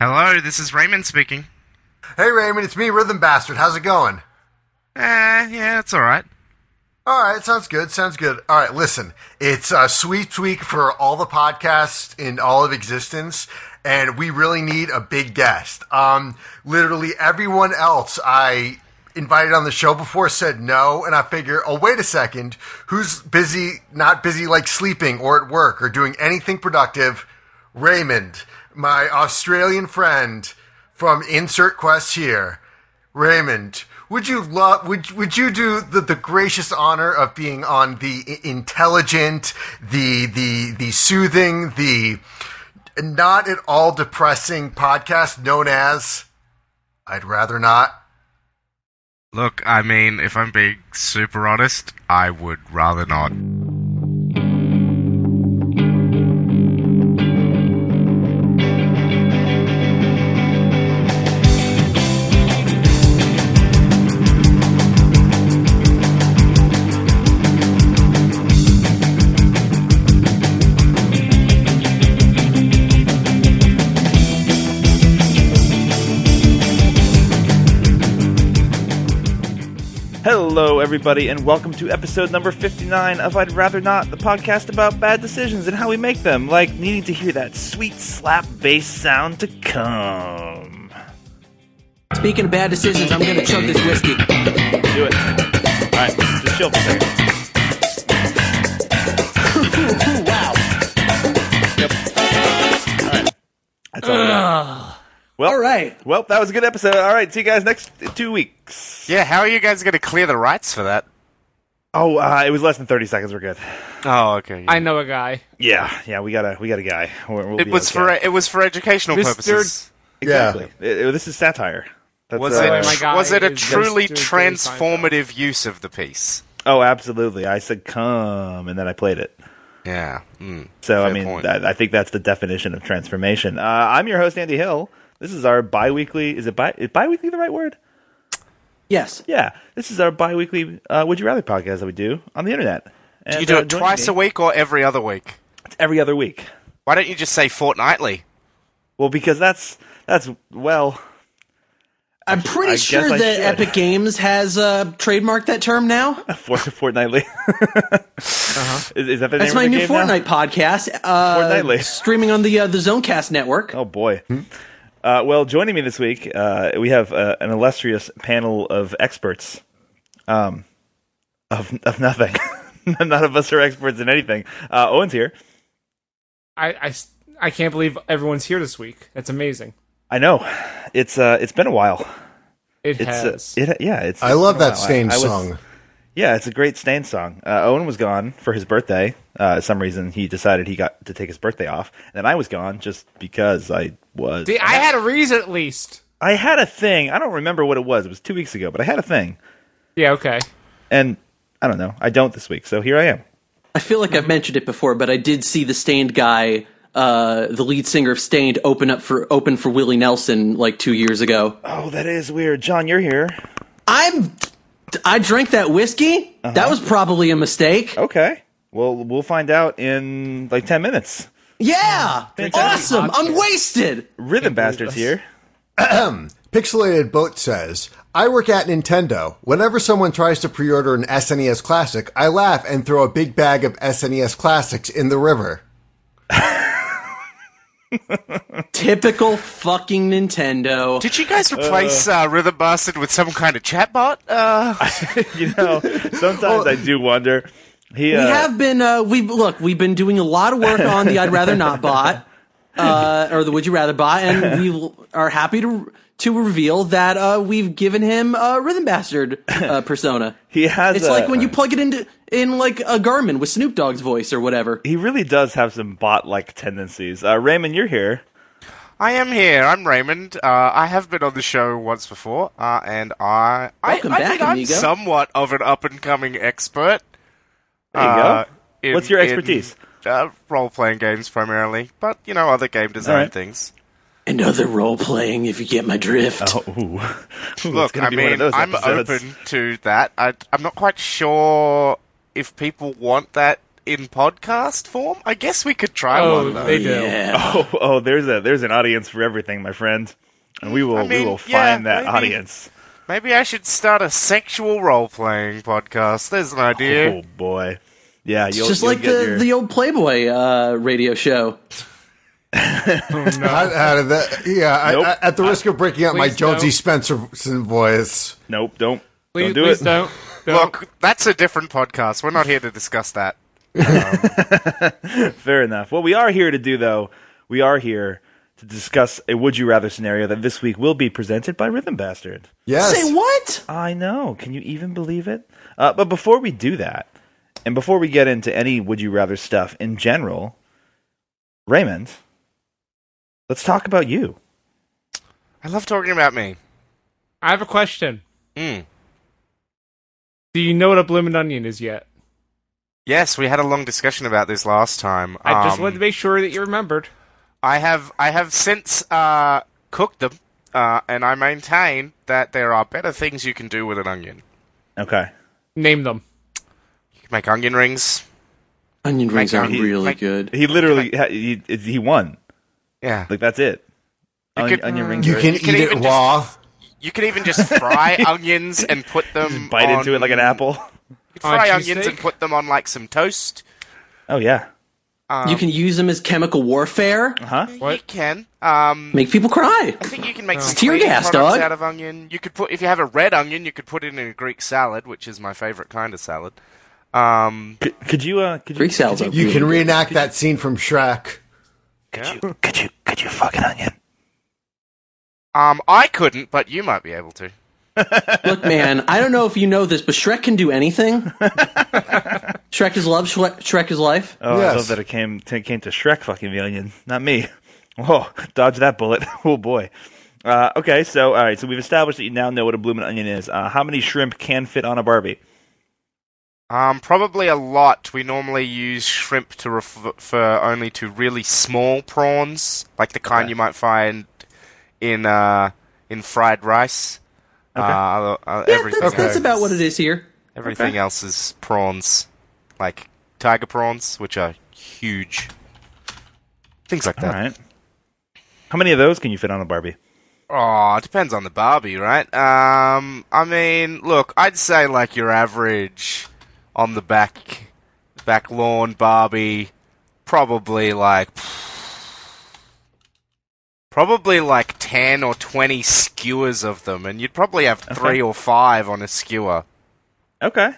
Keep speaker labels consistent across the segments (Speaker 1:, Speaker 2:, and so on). Speaker 1: Hello, this is Raymond speaking.
Speaker 2: Hey Raymond, it's me, Rhythm Bastard. How's it going?
Speaker 1: Eh, yeah, it's alright.
Speaker 2: All right, sounds good. Sounds good. All right, listen, it's a sweet week for all the podcasts in all of existence, and we really need a big guest. Um, literally everyone else I invited on the show before said no, and I figure, oh wait a second, who's busy? Not busy like sleeping or at work or doing anything productive. Raymond, my Australian friend from Insert Quest here. Raymond, would you love? Would would you do the, the gracious honor of being on the i- intelligent, the the the soothing, the not at all depressing podcast known as? I'd rather not.
Speaker 1: Look, I mean, if I'm being super honest, I would rather not.
Speaker 3: Hello, everybody, and welcome to episode number 59 of I'd Rather Not, the podcast about bad decisions and how we make them, like needing to hear that sweet slap bass sound to come.
Speaker 4: Speaking of bad decisions, I'm gonna chug this whiskey.
Speaker 3: Do it. Alright, just chill for a second.
Speaker 4: wow.
Speaker 3: That's all I got. Well,
Speaker 4: All right.
Speaker 3: Well, that was a good episode. All right, see you guys next two weeks.
Speaker 5: Yeah, how are you guys going to clear the rights for that?
Speaker 3: Oh, uh, it was less than 30 seconds. We're good.
Speaker 5: Oh, okay.
Speaker 6: I know a guy.
Speaker 3: Yeah, yeah, we got a we got a guy. We're, we'll
Speaker 5: it
Speaker 3: be
Speaker 5: was
Speaker 3: okay.
Speaker 5: for it was for educational
Speaker 6: Mr.
Speaker 5: purposes.
Speaker 3: exactly. It- it- this is satire. That's,
Speaker 5: Was
Speaker 3: uh,
Speaker 5: it
Speaker 6: oh my
Speaker 5: tr-
Speaker 6: guy
Speaker 5: was it a
Speaker 6: is
Speaker 5: truly
Speaker 6: Mr. Jerry Seinfeld.
Speaker 5: transformative use of the piece?
Speaker 3: Oh, absolutely. I said come, and then I played it.
Speaker 5: Yeah. Mm.
Speaker 3: So I
Speaker 5: Fair
Speaker 3: mean,
Speaker 5: point.
Speaker 3: that, I think that's the definition of transformation. Uh, I'm your host Andy Hill. This is our biweekly. Is it bi is biweekly the right word?
Speaker 4: Yes.
Speaker 3: Yeah, this is our biweekly. Uh, Would you rather podcast that we do on the internet. And,
Speaker 5: Do you do
Speaker 3: uh,
Speaker 5: it
Speaker 3: joining
Speaker 5: twice
Speaker 3: me-
Speaker 5: a week or every other week?
Speaker 3: It's every other week.
Speaker 5: Why don't you just say fortnightly?
Speaker 3: Well, because that's that's well.
Speaker 4: I'm pretty
Speaker 3: I guess
Speaker 4: sure
Speaker 3: I
Speaker 4: that
Speaker 3: should.
Speaker 4: Epic Games has uh, trademarked that term now.
Speaker 3: For, fortnightly.
Speaker 5: Uh-huh.
Speaker 3: is, is that the
Speaker 4: That's
Speaker 3: name
Speaker 4: my
Speaker 3: of the
Speaker 4: new
Speaker 3: game now?
Speaker 4: Fortnite podcast. Uh,
Speaker 3: Fortnightly.
Speaker 4: Streaming on the uh, the Zonecast network.
Speaker 3: Oh boy. Uh, well, joining me this week, uh, we have uh, an illustrious panel of experts. Um, of of nothing. None of us are experts in anything. Uh, Owen's here.
Speaker 6: I, I s- I can't believe everyone's here this week. That's amazing.
Speaker 3: I know. It's uh, it's been a while.
Speaker 6: It
Speaker 3: It's
Speaker 6: has.
Speaker 3: uh, it, yeah. It's.
Speaker 2: I love
Speaker 3: it's been a
Speaker 2: that Stain
Speaker 3: while. I- I was-
Speaker 2: song.
Speaker 3: Yeah, it's a great Stain song. Uh, Owen was gone for his birthday. Uh, some reason he decided he got to take his birthday off, and then I was gone just because I was.
Speaker 6: See, I had a reason at least.
Speaker 3: I had a thing. I don't remember what it was. It was two weeks ago, but I had a thing.
Speaker 6: Yeah. Okay.
Speaker 3: and I don't know. I don't this week, so here I am.
Speaker 4: I feel like I've mentioned it before, but I did see the Stained guy, uh, the lead singer of Stained, open up for open for Willie Nelson like two years ago.
Speaker 3: Oh, that is weird, John. You're here.
Speaker 4: I'm. I drank that whiskey.
Speaker 3: Uh-huh.
Speaker 4: That was probably a
Speaker 3: Oh.
Speaker 4: mistake.
Speaker 3: Okay. Well, we'll find out in like ten minutes.
Speaker 4: Yeah.
Speaker 3: Fantastic.
Speaker 4: Awesome. I'm wasted.
Speaker 3: Rhythm bastards here.
Speaker 2: Pixelated Boat says, I work at Nintendo. Whenever someone tries to pre order an SNES Classic, I laugh and throw a big bag of SNES Classics in the river.
Speaker 4: Typical fucking Nintendo.
Speaker 5: Did you guys replace uh, Rhythm Bastard with some kind of chatbot? Uh,
Speaker 3: You know, sometimes I do wonder. He, uh,
Speaker 4: we have been uh, we look we've been doing a lot of work on the I'd rather not bot uh, or the Would you rather bot, and we l- are happy to to reveal that uh, we've given him a rhythm bastard uh, persona.
Speaker 3: he has.
Speaker 4: It's
Speaker 3: a-
Speaker 4: like when you plug it into in like a Garmin with Snoop Dogg's voice or whatever.
Speaker 3: He really does have some bot-like tendencies. Uh, Raymond, you're here.
Speaker 5: I am here. I'm Raymond. Uh, I have been on the show once before, uh, and I
Speaker 4: Welcome
Speaker 5: I, I
Speaker 4: back,
Speaker 5: think I'm
Speaker 4: amigo.
Speaker 5: somewhat of an up and coming expert.
Speaker 3: There you
Speaker 5: Uh,
Speaker 3: go.
Speaker 5: in-
Speaker 3: What's your
Speaker 5: in,
Speaker 3: expertise?
Speaker 5: uh, role playing games primarily, but you know other game design
Speaker 3: Alright.
Speaker 5: things.
Speaker 4: Another role playing, if you get my drift.
Speaker 3: Oh, ooh. Ooh, it's
Speaker 5: Look,
Speaker 3: gonna
Speaker 5: I
Speaker 3: be one of
Speaker 5: mean,
Speaker 3: those
Speaker 5: I'm
Speaker 3: episodes.
Speaker 5: open to that. I, I'm not quite sure if people want that in podcast form? I guess we could try
Speaker 6: Oh,
Speaker 5: one though.
Speaker 6: they do.
Speaker 4: Yeah.
Speaker 3: Oh, oh, there's a there's an audience for everything, my friend, and we will
Speaker 5: I
Speaker 3: we
Speaker 5: mean,
Speaker 3: will
Speaker 5: yeah,
Speaker 3: find that
Speaker 5: maybe.
Speaker 3: audience.
Speaker 5: Maybe I should start a sexual role playing podcast. There's an idea.
Speaker 3: Oh boy, yeah,
Speaker 4: It's
Speaker 3: you'll,
Speaker 4: just
Speaker 3: you'll
Speaker 4: like
Speaker 3: get
Speaker 4: the,
Speaker 3: your-
Speaker 4: the old Playboy uh, radio show.
Speaker 2: Not out of that. Yeah, I-
Speaker 3: Nope.
Speaker 2: I- at the risk of breaking out my
Speaker 6: Please
Speaker 2: Jonesy
Speaker 6: don't.
Speaker 2: Spencer voice.
Speaker 3: nope, don't
Speaker 6: Please,
Speaker 3: don't do
Speaker 6: please
Speaker 3: it.
Speaker 6: don't. don't.
Speaker 5: Look, that's a different podcast. We're not here to discuss that.
Speaker 3: Fair enough. What we are here to do, though, we are here to discuss a would you rather scenario that this week will be presented by Rhythm Bastard.
Speaker 2: Yes.
Speaker 4: Say what?
Speaker 3: I know. Can you even believe it? Uh, but before we do that, and before we get into any would you rather stuff in general, Raymond, let's talk about you.
Speaker 5: I love talking about me.
Speaker 6: I have a question.
Speaker 3: Hmm.
Speaker 5: Mm.
Speaker 6: Do you know what a bloomin' onion is yet?
Speaker 5: Yes, we had a long discussion about this last time.
Speaker 6: I just
Speaker 5: Um,
Speaker 6: wanted to make sure that you remembered.
Speaker 5: I have I have since uh, cooked them, uh, and I maintain that there are better things you can do with an onion.
Speaker 3: Okay.
Speaker 6: Name them.
Speaker 5: You can make onion rings.
Speaker 4: Onion rings are
Speaker 5: onion-
Speaker 4: really
Speaker 5: like-
Speaker 4: good.
Speaker 3: He literally ha- he, he won.
Speaker 5: Yeah,
Speaker 3: Like that's it.
Speaker 5: You
Speaker 3: On,
Speaker 5: could- uh,
Speaker 3: onion rings.
Speaker 2: You
Speaker 3: are-
Speaker 2: can
Speaker 5: You
Speaker 2: eat
Speaker 5: can
Speaker 2: it
Speaker 5: even just-
Speaker 2: raw.
Speaker 5: you can even just fry onions and put them
Speaker 3: bite
Speaker 5: on-
Speaker 3: into it like an apple.
Speaker 5: You can
Speaker 6: On a
Speaker 5: fry onions
Speaker 6: cheesesteak?
Speaker 5: and put them on like some toast.
Speaker 3: Oh yeah. um,
Speaker 4: you can use them as chemical warfare.
Speaker 3: Huh?
Speaker 5: You can. Um,
Speaker 4: Make people cry.
Speaker 5: I think you can make some
Speaker 4: tear
Speaker 5: cleaning
Speaker 4: gas,
Speaker 5: products
Speaker 4: dog.
Speaker 5: out of onion. You could put if you have a red onion, you could put it in a Greek salad, which is my favorite kind of salad. Um,
Speaker 3: Could, could you uh could you,
Speaker 4: Greek salad.
Speaker 2: You can reenact that scene from Shrek.
Speaker 5: yeah.
Speaker 3: could you could you fuck an onion?
Speaker 5: um, I couldn't, but you might be able to.
Speaker 4: Look, man, I don't know if you know this, but Shrek can do anything. Shrek is love. Shrek, Shrek is life.
Speaker 3: Oh, I
Speaker 2: Yes.
Speaker 3: love that it came t- came to Shrek fucking the onion, not me. Whoa, dodge that bullet. oh boy. Uh, okay, so all right, so we've established that you now know what a bloomin' onion is. Uh, how many shrimp can fit on a Barbie?
Speaker 5: Um, probably a lot. We normally use shrimp to ref- refer only to really small prawns, like the kind you might find in uh, in fried rice. Uh, other- uh,
Speaker 4: Yeah,
Speaker 5: everything
Speaker 4: that's, that's
Speaker 5: else-
Speaker 4: about what it is here.
Speaker 5: Everything else is prawns, like tiger prawns, which are huge. Things like
Speaker 3: All
Speaker 5: that.
Speaker 3: right. How many of those can you fit on a Barbie?
Speaker 5: Oh, it depends on the Barbie, right? Um, I mean, look, I'd say like your average on the back back lawn Barbie, probably like probably like ten or twenty skewers of them, and you'd probably have three or five on a skewer.
Speaker 3: Okay.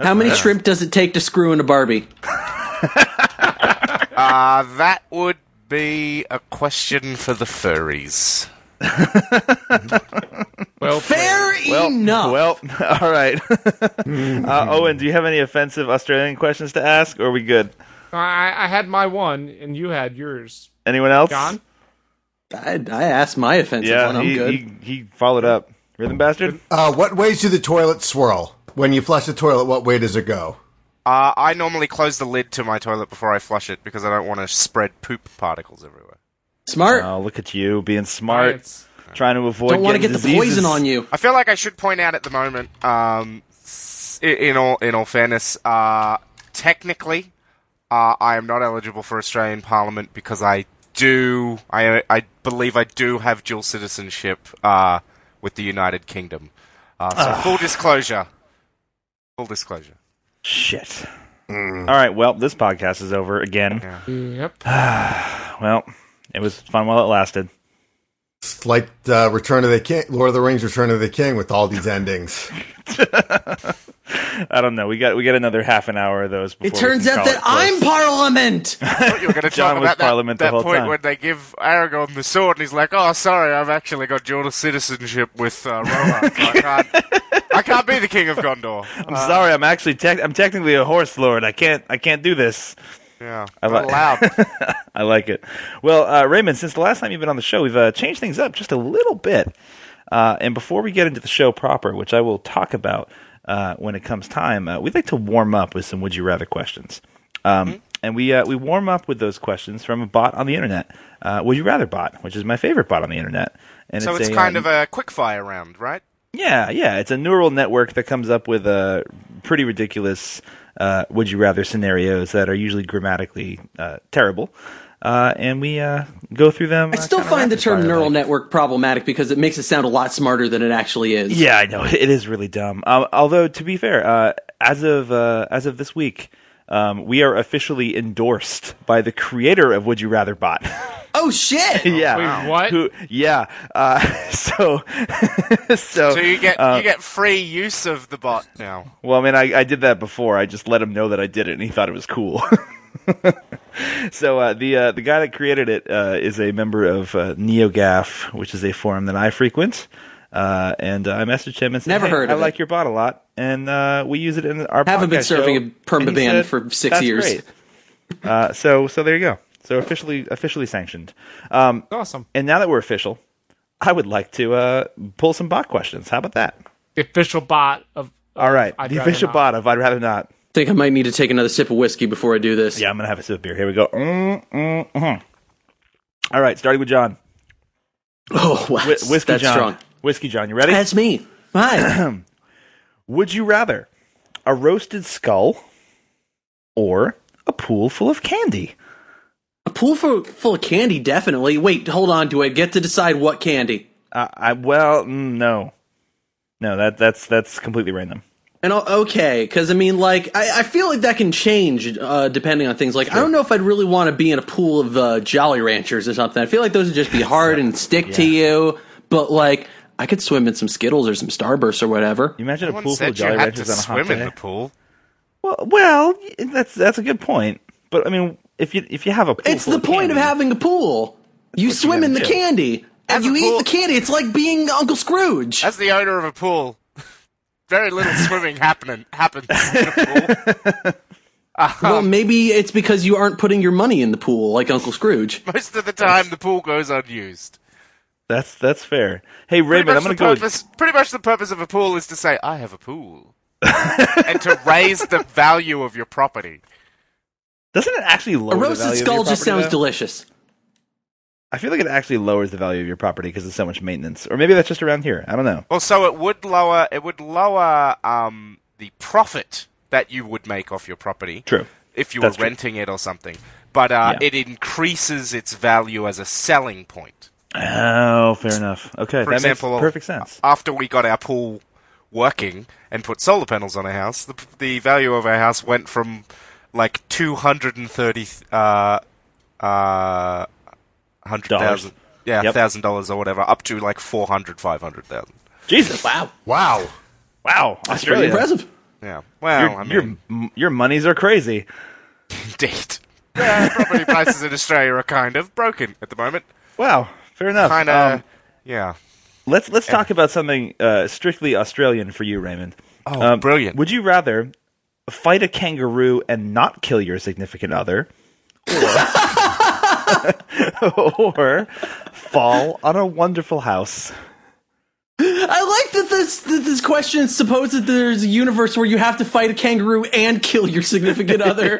Speaker 4: How many shrimp does it take to screw in a Barbie?
Speaker 5: Uh, that would be a question for the furries.
Speaker 6: Well,
Speaker 4: Fair enough.
Speaker 3: Well, all right. uh, Owen, do you have any offensive Australian questions to ask? Or are we good?
Speaker 6: I, I had my one, and you had yours,
Speaker 3: Anyone else?
Speaker 6: John.
Speaker 4: I, I asked my offensive
Speaker 3: Yeah,
Speaker 4: one. I'm
Speaker 3: he,
Speaker 4: good.
Speaker 3: He, he followed up. Rhythm bastard.
Speaker 2: Uh, what ways do the toilet swirl? When you flush the toilet, what way does it go?
Speaker 5: Uh, I normally close the lid to my toilet before I flush it because I don't want to spread poop particles everywhere.
Speaker 4: Smart.
Speaker 3: Oh, look at you being smart,
Speaker 6: Science.
Speaker 3: trying to avoid.
Speaker 4: Don't want to
Speaker 3: getting
Speaker 4: get the
Speaker 3: diseases.
Speaker 4: poison on you.
Speaker 5: I feel like I should point out at the moment, um, s- i- in all in all fairness, uh, technically, uh, I am not eligible for Australian Parliament because I do, I I believe I do have dual citizenship uh, with the United Kingdom. Uh, so
Speaker 3: Ah.
Speaker 5: full disclosure, full disclosure.
Speaker 3: Shit.
Speaker 4: Mm.
Speaker 3: All right. Well, this podcast is over again.
Speaker 6: Yep.
Speaker 3: Well, it was fun while it lasted.
Speaker 2: It's like uh, Return of the King, Lord of the Rings, Return of the King, with all these endings.
Speaker 3: I don't know. We got we got another half an hour of those.
Speaker 4: It
Speaker 3: Before
Speaker 4: turns out that I'm Parliament.
Speaker 5: I thought you were going to
Speaker 3: John
Speaker 5: talk
Speaker 3: was
Speaker 5: about that,
Speaker 3: Parliament the
Speaker 5: that
Speaker 3: whole
Speaker 5: point
Speaker 3: time.
Speaker 5: when they give Aragorn the sword, and he's like, "Oh, sorry, I've actually got dual citizenship with uh, Rohan. so I can't, I can't be the king of Gondor."
Speaker 3: I'm sorry. I'm actually tec- I'm technically a horse lord. I can't I can't do this.
Speaker 5: Yeah,
Speaker 3: like-
Speaker 5: not allowed.
Speaker 3: I like it. Well, uh, Raymond, since the last time you've been on the show, we've uh, changed things up just a little bit. Uh, and before we get into the show proper, which I will talk about uh, when it comes time, uh, we'd like to warm up with some would you rather questions. Um,
Speaker 5: Mm-hmm.
Speaker 3: And we uh, we warm up with those questions from a bot on the internet, uh, would you rather bot, which is my favorite bot on the internet. And
Speaker 5: so it's
Speaker 3: a,
Speaker 5: kind
Speaker 3: um,
Speaker 5: of a quick fire round, right?
Speaker 3: yeah, yeah. It's a neural network that comes up with uh, pretty ridiculous uh, would you rather scenarios that are usually grammatically uh, terrible. Uh, and we uh, go through them.
Speaker 4: I still find the term neural network problematic because it makes it sound a lot smarter than it actually is.
Speaker 3: Yeah, I know it is really dumb. Um, although to be fair, uh, as of uh, as of this week, um, we are officially endorsed by the creator of Would You Rather Bot.
Speaker 4: Oh shit!
Speaker 3: yeah,
Speaker 6: Wait, what?
Speaker 3: Who, yeah. Uh, so, so,
Speaker 5: So you get
Speaker 3: Uh,
Speaker 5: you get free use of the bot now.
Speaker 3: well, I mean, I, I did that before. I just let him know that I did it, and he thought it was cool. so uh, the uh, the guy that created it uh, is a member of uh, NeoGAF, which is a forum that I frequent. Uh, and uh, I messaged him and said,
Speaker 4: Never
Speaker 3: "Hey,
Speaker 4: heard
Speaker 3: I
Speaker 4: of
Speaker 3: like
Speaker 4: it."
Speaker 3: your bot a lot, and uh, we use it in our
Speaker 4: Haven't been
Speaker 3: podcast show."
Speaker 4: serving a permaban
Speaker 3: And he said,
Speaker 4: for six
Speaker 3: "That's
Speaker 4: years."
Speaker 3: great." Uh, so so there you go. So officially officially sanctioned. Um,
Speaker 6: Awesome.
Speaker 3: and now that we're official, I would like to uh, pull some bot questions. How about that?
Speaker 6: The official bot of.
Speaker 3: All right,
Speaker 6: I'd
Speaker 3: the
Speaker 6: rather
Speaker 3: official
Speaker 6: not.
Speaker 3: bot of I'd rather not.
Speaker 4: think I might need to take another sip of whiskey before I do this.
Speaker 3: Yeah, I'm gonna have a sip of beer. Here we go. Mm, mm, mhm. All right, starting with John.
Speaker 4: Oh, wow.
Speaker 3: Whi whiskey
Speaker 4: that's
Speaker 3: John.
Speaker 4: strong.
Speaker 3: Whiskey John, you ready?
Speaker 4: That's me. Hi.
Speaker 3: Would you rather a roasted skull or a pool full of candy?
Speaker 4: a pool full, full of candy, definitely. Wait, hold on. Do I get to decide what candy?
Speaker 3: Uh, I well, mm, no, no. That that's that's completely random.
Speaker 4: And I'll, okay, because I mean, like, I, I feel like that can change uh, depending on things. Like, I don't know if I'd really want to be in a pool of uh, Jolly Ranchers or something. I feel like those would just be hard and stick to you. But like, I could swim in some Skittles or some Starburst or whatever.
Speaker 3: You imagine a
Speaker 5: Someone
Speaker 3: pool full of
Speaker 5: said you
Speaker 3: Jolly
Speaker 5: had to
Speaker 3: Ranchers on a hot
Speaker 5: swim in
Speaker 3: day.
Speaker 5: the pool.
Speaker 3: Well, well, y- that's that's a good point. But I mean, if you if you have a pool
Speaker 4: It's
Speaker 3: full
Speaker 4: the
Speaker 3: of
Speaker 4: point of
Speaker 3: candy-
Speaker 4: having a pool. You swim
Speaker 3: gotta
Speaker 4: in the
Speaker 3: do.
Speaker 4: candy.
Speaker 5: As
Speaker 4: And
Speaker 5: a
Speaker 4: you eat
Speaker 5: pool-
Speaker 4: the candy. It's like being Uncle Scrooge.
Speaker 5: As the owner of a pool, very little swimming happening happens in a pool.
Speaker 4: Well, maybe it's because you aren't putting your money in the pool like Uncle Scrooge.
Speaker 5: Most of the time, the pool goes unused.
Speaker 3: That's that's fair. Hey
Speaker 5: Pretty
Speaker 3: Raymond, I'm
Speaker 5: much
Speaker 3: gonna
Speaker 5: the
Speaker 3: go. with-
Speaker 5: purpose. Pretty much the purpose of a pool is to say, "I have a pool," and to raise the value of your property.
Speaker 3: doesn't it actually lower
Speaker 4: A
Speaker 3: Oh, the
Speaker 4: roasted
Speaker 3: value of
Speaker 4: skull
Speaker 3: your
Speaker 4: just
Speaker 3: property,
Speaker 4: sounds
Speaker 3: though?
Speaker 4: delicious.
Speaker 3: I feel like it actually lowers the value of your property because there's so much maintenance, or maybe that's just around here. I don't know.
Speaker 5: Well, so it would lower it would lower um, the profit that you would make off your property.
Speaker 3: True.
Speaker 5: If you
Speaker 3: That's
Speaker 5: were
Speaker 3: true.
Speaker 5: renting it or something, but uh,
Speaker 3: Yeah.
Speaker 5: it increases its value as a selling point.
Speaker 3: Oh, fair enough. Okay,
Speaker 5: For
Speaker 3: that
Speaker 5: example, uh,
Speaker 3: makes perfect sense.
Speaker 5: After we got our pool working and put solar panels on our house, the, the value of our house went from like two hundred and thirty uh, uh, hundred
Speaker 3: Dollars.
Speaker 5: thousand, yeah,
Speaker 3: Yep.
Speaker 5: thousand dollars or whatever, up to like four hundred, five hundred thousand.
Speaker 3: Jesus,
Speaker 4: Wow.
Speaker 2: Wow.
Speaker 3: wow,
Speaker 4: That's pretty
Speaker 3: Australia.
Speaker 4: impressive.
Speaker 5: Yeah. Well,
Speaker 3: Your,
Speaker 5: I mean,
Speaker 3: your m- your monies are crazy.
Speaker 5: Indeed. Yeah, property prices in Australia are kind of broken at the moment.
Speaker 3: Wow, fair enough.
Speaker 5: Kind of.
Speaker 3: Um,
Speaker 5: yeah.
Speaker 3: Let's let's talk about something uh, strictly Australian for you, Raymond.
Speaker 5: Oh, brilliant.
Speaker 3: Would you rather fight a kangaroo and not kill your significant other, or, or fall on a wonderful house?
Speaker 4: I like that this that this question supposes that there's a universe where you have to fight a kangaroo and kill your significant other.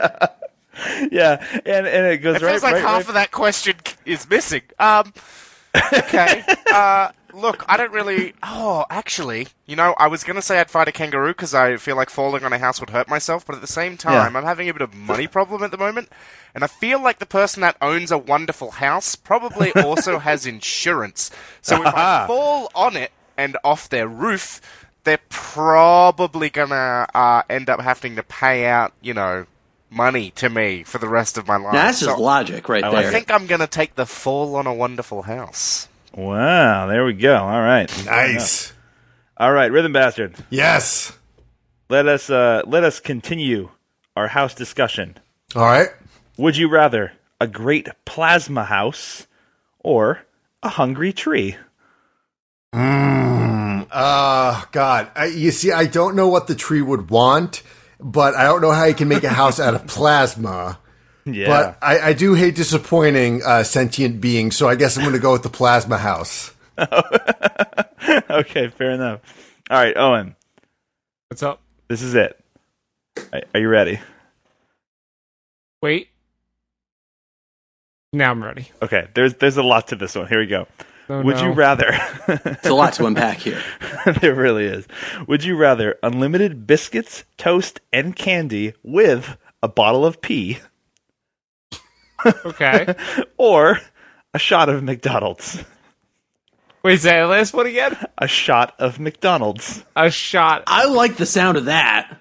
Speaker 3: Yeah, and and it goes
Speaker 5: It
Speaker 3: right.
Speaker 5: feels like
Speaker 3: right,
Speaker 5: half
Speaker 3: right-
Speaker 5: of that question c- is missing. Um, okay. uh, look, I don't really. Oh, actually, you know, I was going to say I'd fight a kangaroo because I feel like falling on a house would hurt myself, but at the same time, I'm having a bit of money problem at the moment, and I feel like the person that owns a wonderful house probably also has insurance. So if I fall on it and off their roof, they're probably going to uh, end up having to pay out, you know, money to me for the rest of my life.
Speaker 4: Now, that's just
Speaker 5: So-
Speaker 4: logic right
Speaker 3: like
Speaker 4: there.
Speaker 5: I think I'm going to take the fall on a wonderful house.
Speaker 3: Wow, there we go. All right,
Speaker 2: Nice.
Speaker 3: all right, rhythm bastard.
Speaker 2: Yes.
Speaker 3: Let us uh, let us continue our house discussion.
Speaker 2: All right.
Speaker 3: Would you rather a great plasma house or a hungry tree?
Speaker 2: Uh, God. I, you see, I don't know what the tree would want, but I don't know how you can make a house out of plasma.
Speaker 3: Yeah.
Speaker 2: But I, I do hate disappointing uh, sentient beings, so I guess I'm going to go with the plasma house.
Speaker 3: okay, fair enough. All right, Owen,
Speaker 6: What's up?
Speaker 3: this is it. Are, are you ready?
Speaker 6: Wait. Now I'm ready.
Speaker 3: Okay, there's there's a lot to this one. Here we go.
Speaker 6: Oh,
Speaker 3: Would you
Speaker 6: no.
Speaker 3: rather?
Speaker 4: It's a lot to unpack here.
Speaker 3: there really is. Would you rather unlimited biscuits, toast, and candy with a bottle of pee
Speaker 6: Okay.
Speaker 3: or a shot of McDonald's?
Speaker 6: Wait, say that last one again?
Speaker 3: A shot of McDonald's.
Speaker 6: A shot.
Speaker 4: I like the sound of that.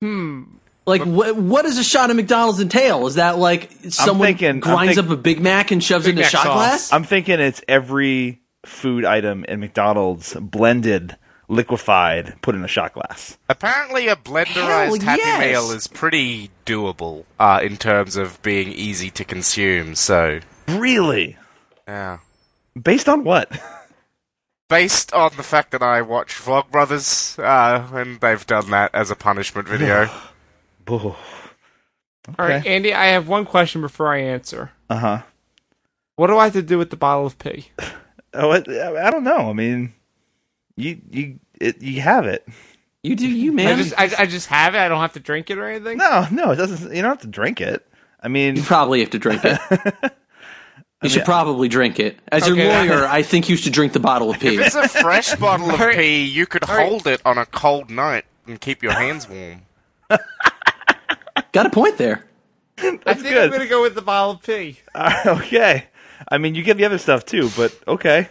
Speaker 4: Hmm. Like what? What does a shot of McDonald's entail? Is that like someone
Speaker 3: thinking- I'm
Speaker 4: grinds
Speaker 3: think-
Speaker 4: up a Big Mac and shoves it in a
Speaker 6: Mac
Speaker 4: shot
Speaker 6: sauce.
Speaker 4: glass?
Speaker 3: I'm thinking it's every food item in McDonald's blended, liquefied, put in a shot glass.
Speaker 5: Apparently, a blenderized
Speaker 4: Hell
Speaker 5: Happy
Speaker 4: yes.
Speaker 5: Meal is pretty doable uh, in terms of being easy to consume. So,
Speaker 3: Really?
Speaker 5: yeah.
Speaker 3: Based on what?
Speaker 5: Based on the fact that I watch Vlogbrothers, uh, and they've done that as a punishment video.
Speaker 3: uh
Speaker 6: All right, Andy, I have one question before I answer.
Speaker 3: huh.
Speaker 6: What do I have to do with the bottle of pee?
Speaker 3: Oh, I, I don't know. I mean, you you it, you have it.
Speaker 4: you do, you
Speaker 6: I
Speaker 4: man.
Speaker 6: just, I, I just have it. I don't have to drink it or anything.
Speaker 3: No, no, it doesn't. You don't have to drink it. I mean,
Speaker 4: you probably have to drink it. You should probably drink it. As your
Speaker 6: Okay.
Speaker 4: lawyer, I think you should drink the bottle of pee.
Speaker 5: If it's a fresh bottle of
Speaker 6: Alright.
Speaker 5: pee, you could
Speaker 6: Alright.
Speaker 5: hold it on a cold night and keep your hands warm.
Speaker 4: Got a point there.
Speaker 6: I think
Speaker 3: good.
Speaker 6: I'm gonna go with the bottle of pee.
Speaker 3: okay. I mean, you get the other stuff too, but okay.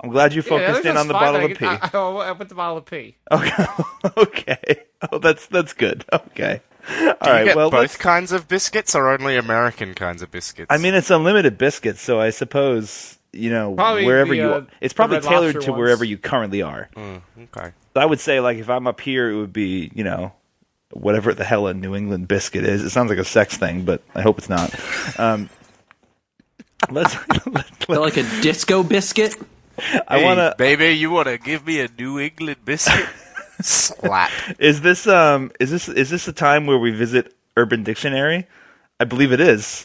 Speaker 3: I'm glad you
Speaker 6: Yeah,
Speaker 3: focused
Speaker 6: that
Speaker 3: in on
Speaker 6: sounds
Speaker 3: the
Speaker 6: fine.
Speaker 3: bottle
Speaker 6: I
Speaker 3: of
Speaker 6: can-
Speaker 3: pee. Uh,
Speaker 6: I, I, I put the bottle of pee.
Speaker 3: Okay. okay. Oh, that's that's good. Okay. All right.
Speaker 5: You get
Speaker 3: Well,
Speaker 5: both
Speaker 3: let's-
Speaker 5: kinds of biscuits or only American kinds of biscuits?
Speaker 3: I mean, it's unlimited biscuits, so I suppose you know
Speaker 6: Probably
Speaker 3: wherever
Speaker 6: the,
Speaker 3: you.
Speaker 6: uh,
Speaker 3: it's probably
Speaker 6: the Red Lobster
Speaker 3: tailored to
Speaker 6: ones.
Speaker 3: wherever you currently are.
Speaker 5: okay.
Speaker 3: I would say, like, if I'm up here, it would be you know whatever the hell a New England biscuit is. It sounds like a sex thing, but I hope it's not. Um, let's. let,
Speaker 4: Like a disco biscuit.
Speaker 3: I want to.
Speaker 5: baby, you want to give me a New England biscuit? Slap.
Speaker 3: Is this um is this is this the time where we visit Urban Dictionary? I believe it is.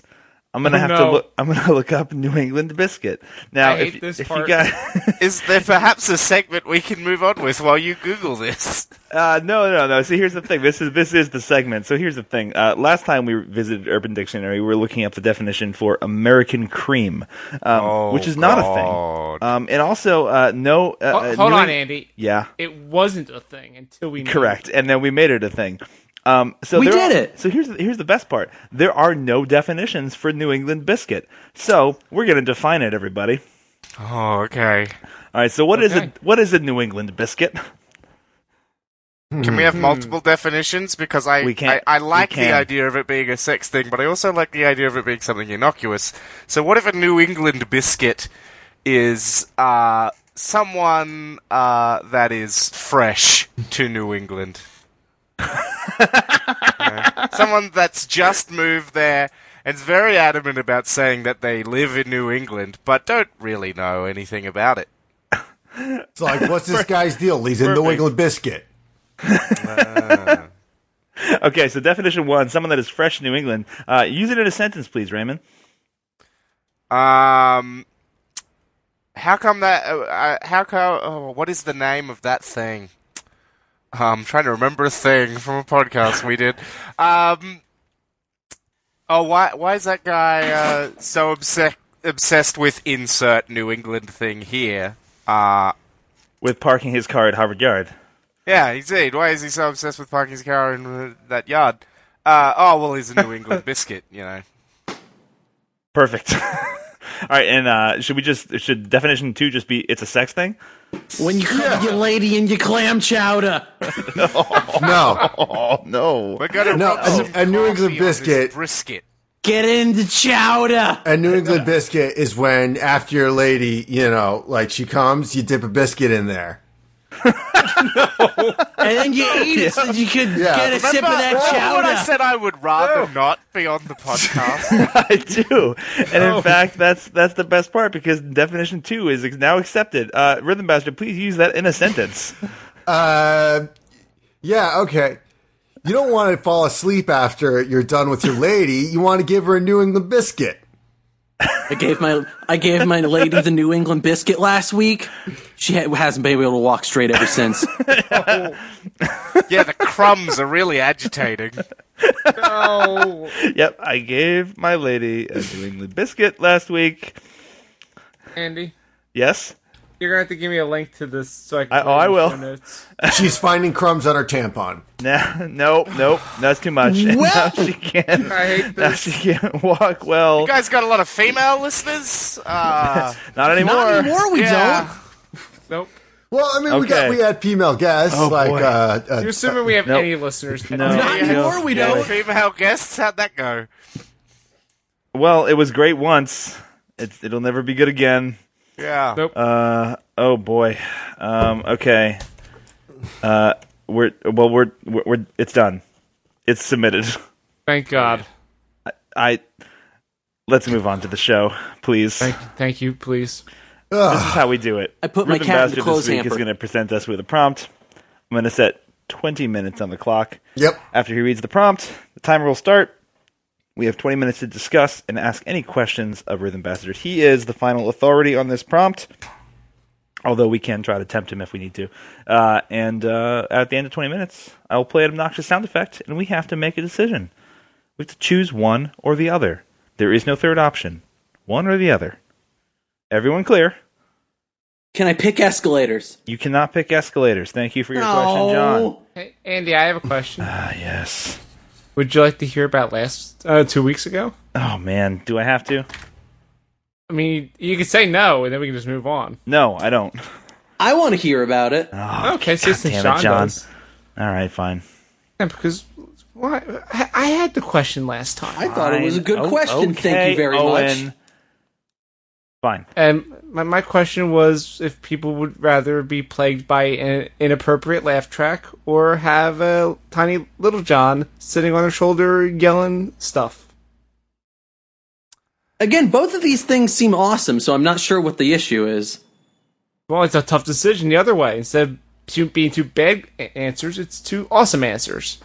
Speaker 3: I'm gonna
Speaker 6: Oh,
Speaker 3: have to
Speaker 6: no.
Speaker 3: look. I'm gonna look up New England biscuit. Now,
Speaker 6: I
Speaker 3: if,
Speaker 6: hate this
Speaker 3: if you
Speaker 6: part.
Speaker 3: guys,
Speaker 5: Is there perhaps a segment we can move on with while you Google this?
Speaker 3: uh, no, no, no. See, here's the thing. This is this is the segment. So here's the thing. Uh, last time we visited Urban Dictionary, we were looking up the definition for American cream, um, which is not
Speaker 5: Oh,
Speaker 3: a
Speaker 5: God.
Speaker 3: thing. Um, and also, uh, no. Uh,
Speaker 6: Oh, Ho-
Speaker 3: uh,
Speaker 6: hold
Speaker 3: New
Speaker 6: on,
Speaker 3: Eng-
Speaker 6: Andy.
Speaker 3: Yeah.
Speaker 6: It wasn't a thing until we named
Speaker 3: Mm-hmm. Correct, and then we made it a thing. Um, so
Speaker 4: We
Speaker 3: there
Speaker 4: did
Speaker 3: are-
Speaker 4: it.
Speaker 3: So here's here's the best part: there are no definitions for New England biscuit. So we're gonna define it, everybody.
Speaker 5: Oh, okay.
Speaker 3: All right. So what is
Speaker 6: Okay.
Speaker 3: it? What is a New England biscuit?
Speaker 5: Can we have multiple definitions? Because I,
Speaker 3: Mm-hmm. We can't-
Speaker 5: I, I
Speaker 3: we
Speaker 5: like
Speaker 3: can.
Speaker 5: the idea of it being a sex thing, but I also like the idea of it being something innocuous. So, what if a New England biscuit is uh, someone uh, that is fresh to New England? Yeah. Someone that's just moved there and's very adamant about saying that they live in New England, but don't really know anything about it.
Speaker 2: It's like, what's this guy's deal? He's in the
Speaker 6: Perfect.
Speaker 2: Wiggle Biscuit.
Speaker 3: okay. So definition one: someone that is fresh New England. Uh, use it in a sentence, please, Raymond.
Speaker 5: Um, how come that? Uh, uh, how come? Oh, what is the name of that thing? Uh, I'm trying to remember a thing from a podcast we did. Um, oh, why? Why is that guy uh, so obsessed obsessed with insert New England thing here? Uh,
Speaker 3: With parking his car at Harvard Yard.
Speaker 5: yeah, indeed. Why is he so obsessed with parking his car in uh, that yard? Uh, oh, well, he's a New England biscuit, you know.
Speaker 3: Perfect. All right, and uh, should we just should definition two just be it's a sex thing?
Speaker 4: When you call your lady and your clam chowder.
Speaker 2: No,
Speaker 3: Oh no!
Speaker 5: We're gonna
Speaker 2: No,
Speaker 5: rub some
Speaker 2: a- a New England
Speaker 5: coffee on this
Speaker 2: biscuit-
Speaker 5: brisket.
Speaker 4: Get in the chowder.
Speaker 2: a New England biscuit is when after your lady, you know, like she comes, you dip a biscuit in there.
Speaker 4: And then you eat it so you could
Speaker 2: Yeah.
Speaker 4: get a sip of
Speaker 5: Remember-
Speaker 4: that
Speaker 5: remember when
Speaker 4: chowder.
Speaker 5: I said I would rather not be on the podcast.
Speaker 3: I do, and in fact, that's that's the best part because definition two is now accepted. Uh, Rhythm bastard, please use that in a sentence.
Speaker 2: Uh, yeah, okay. You don't want to fall asleep after you're done with your lady. You want to give her a New England biscuit.
Speaker 4: I gave my I gave my lady the New England biscuit last week. She ha- hasn't been able to walk straight ever since.
Speaker 6: Oh,
Speaker 5: yeah, the crumbs are really agitating.
Speaker 6: No.
Speaker 3: yep, I gave my lady a New England biscuit last week.
Speaker 6: Andy,
Speaker 3: Yes.
Speaker 6: you're gonna have to give me a link to this so I can.
Speaker 3: I-
Speaker 6: put it
Speaker 3: oh,
Speaker 6: in
Speaker 3: I
Speaker 6: the
Speaker 3: will.
Speaker 6: show notes.
Speaker 2: She's finding crumbs on her tampon.
Speaker 3: Nah, nope, nope. That's too much. And
Speaker 4: Well-
Speaker 3: now she can't.
Speaker 6: I hate
Speaker 3: Now
Speaker 6: this.
Speaker 3: she can't walk well.
Speaker 5: You guys got a lot of female listeners? Uh,
Speaker 3: Not anymore.
Speaker 4: Not anymore. We
Speaker 5: yeah.
Speaker 4: don't.
Speaker 6: Nope.
Speaker 2: Well, I mean, we got
Speaker 3: Okay.
Speaker 2: we had female guests like
Speaker 3: boy.
Speaker 2: uh, uh,
Speaker 6: You're assuming we have
Speaker 3: Nope.
Speaker 6: any listeners?
Speaker 3: No.
Speaker 4: Not
Speaker 5: Yeah.
Speaker 4: anymore. We
Speaker 3: Yeah.
Speaker 4: don't.
Speaker 5: Female guests? How'd that go?
Speaker 3: Well, it was great once. It, it'll never be good again.
Speaker 5: Yeah.
Speaker 6: Nope.
Speaker 3: Uh, oh boy. Um, okay. Uh, we're well. We're, we're we're. It's done. It's submitted.
Speaker 6: Thank God.
Speaker 3: I. Let's move on to the show, please.
Speaker 6: Thank, thank you, please.
Speaker 3: This is how we do it. I
Speaker 4: put my cat in the clothes
Speaker 3: this week is
Speaker 4: hamper.
Speaker 3: going to present us with a prompt. I'm going to set 20 minutes on the clock.
Speaker 2: Yep.
Speaker 3: After he reads the prompt, the timer will start. We have 20 minutes to discuss and ask any questions of Rhythm Ambassadors. He is the final authority on this prompt, although we can try to tempt him if we need to. Uh, and uh, at the end of 20 minutes, I will play an obnoxious sound effect, and we have to make a decision. We have to choose one or the other. There is no third option. One or the other. Everyone clear?
Speaker 4: Can I pick escalators?
Speaker 3: You cannot pick escalators. Thank you for your question, John.
Speaker 6: Hey, Andy, I have a question.
Speaker 3: Ah, yes.
Speaker 6: Would you like to hear about last uh, two weeks ago?
Speaker 3: Oh man, do I have to?
Speaker 6: I mean, you could say no, and then we can just move on.
Speaker 3: No, I don't.
Speaker 4: I want to hear about it.
Speaker 3: Oh,
Speaker 6: okay, so since
Speaker 3: damn it,
Speaker 6: John,
Speaker 3: John.
Speaker 6: does.
Speaker 3: All right, fine.
Speaker 6: Yeah, because why? I, I had the question last time,
Speaker 4: I thought it was a good
Speaker 3: Fine. O-
Speaker 4: question. Thank
Speaker 3: okay,
Speaker 4: you very
Speaker 3: Owen.
Speaker 4: much.
Speaker 3: Fine.
Speaker 6: and my, my question was if people would rather be plagued by an inappropriate laugh track or have a tiny little John sitting on their shoulder yelling stuff.
Speaker 4: Again, both of these things seem awesome, so I'm not sure what the issue is.
Speaker 6: Well, it's a tough decision the other way. Instead of two, being two bad a- answers, it's two awesome answers.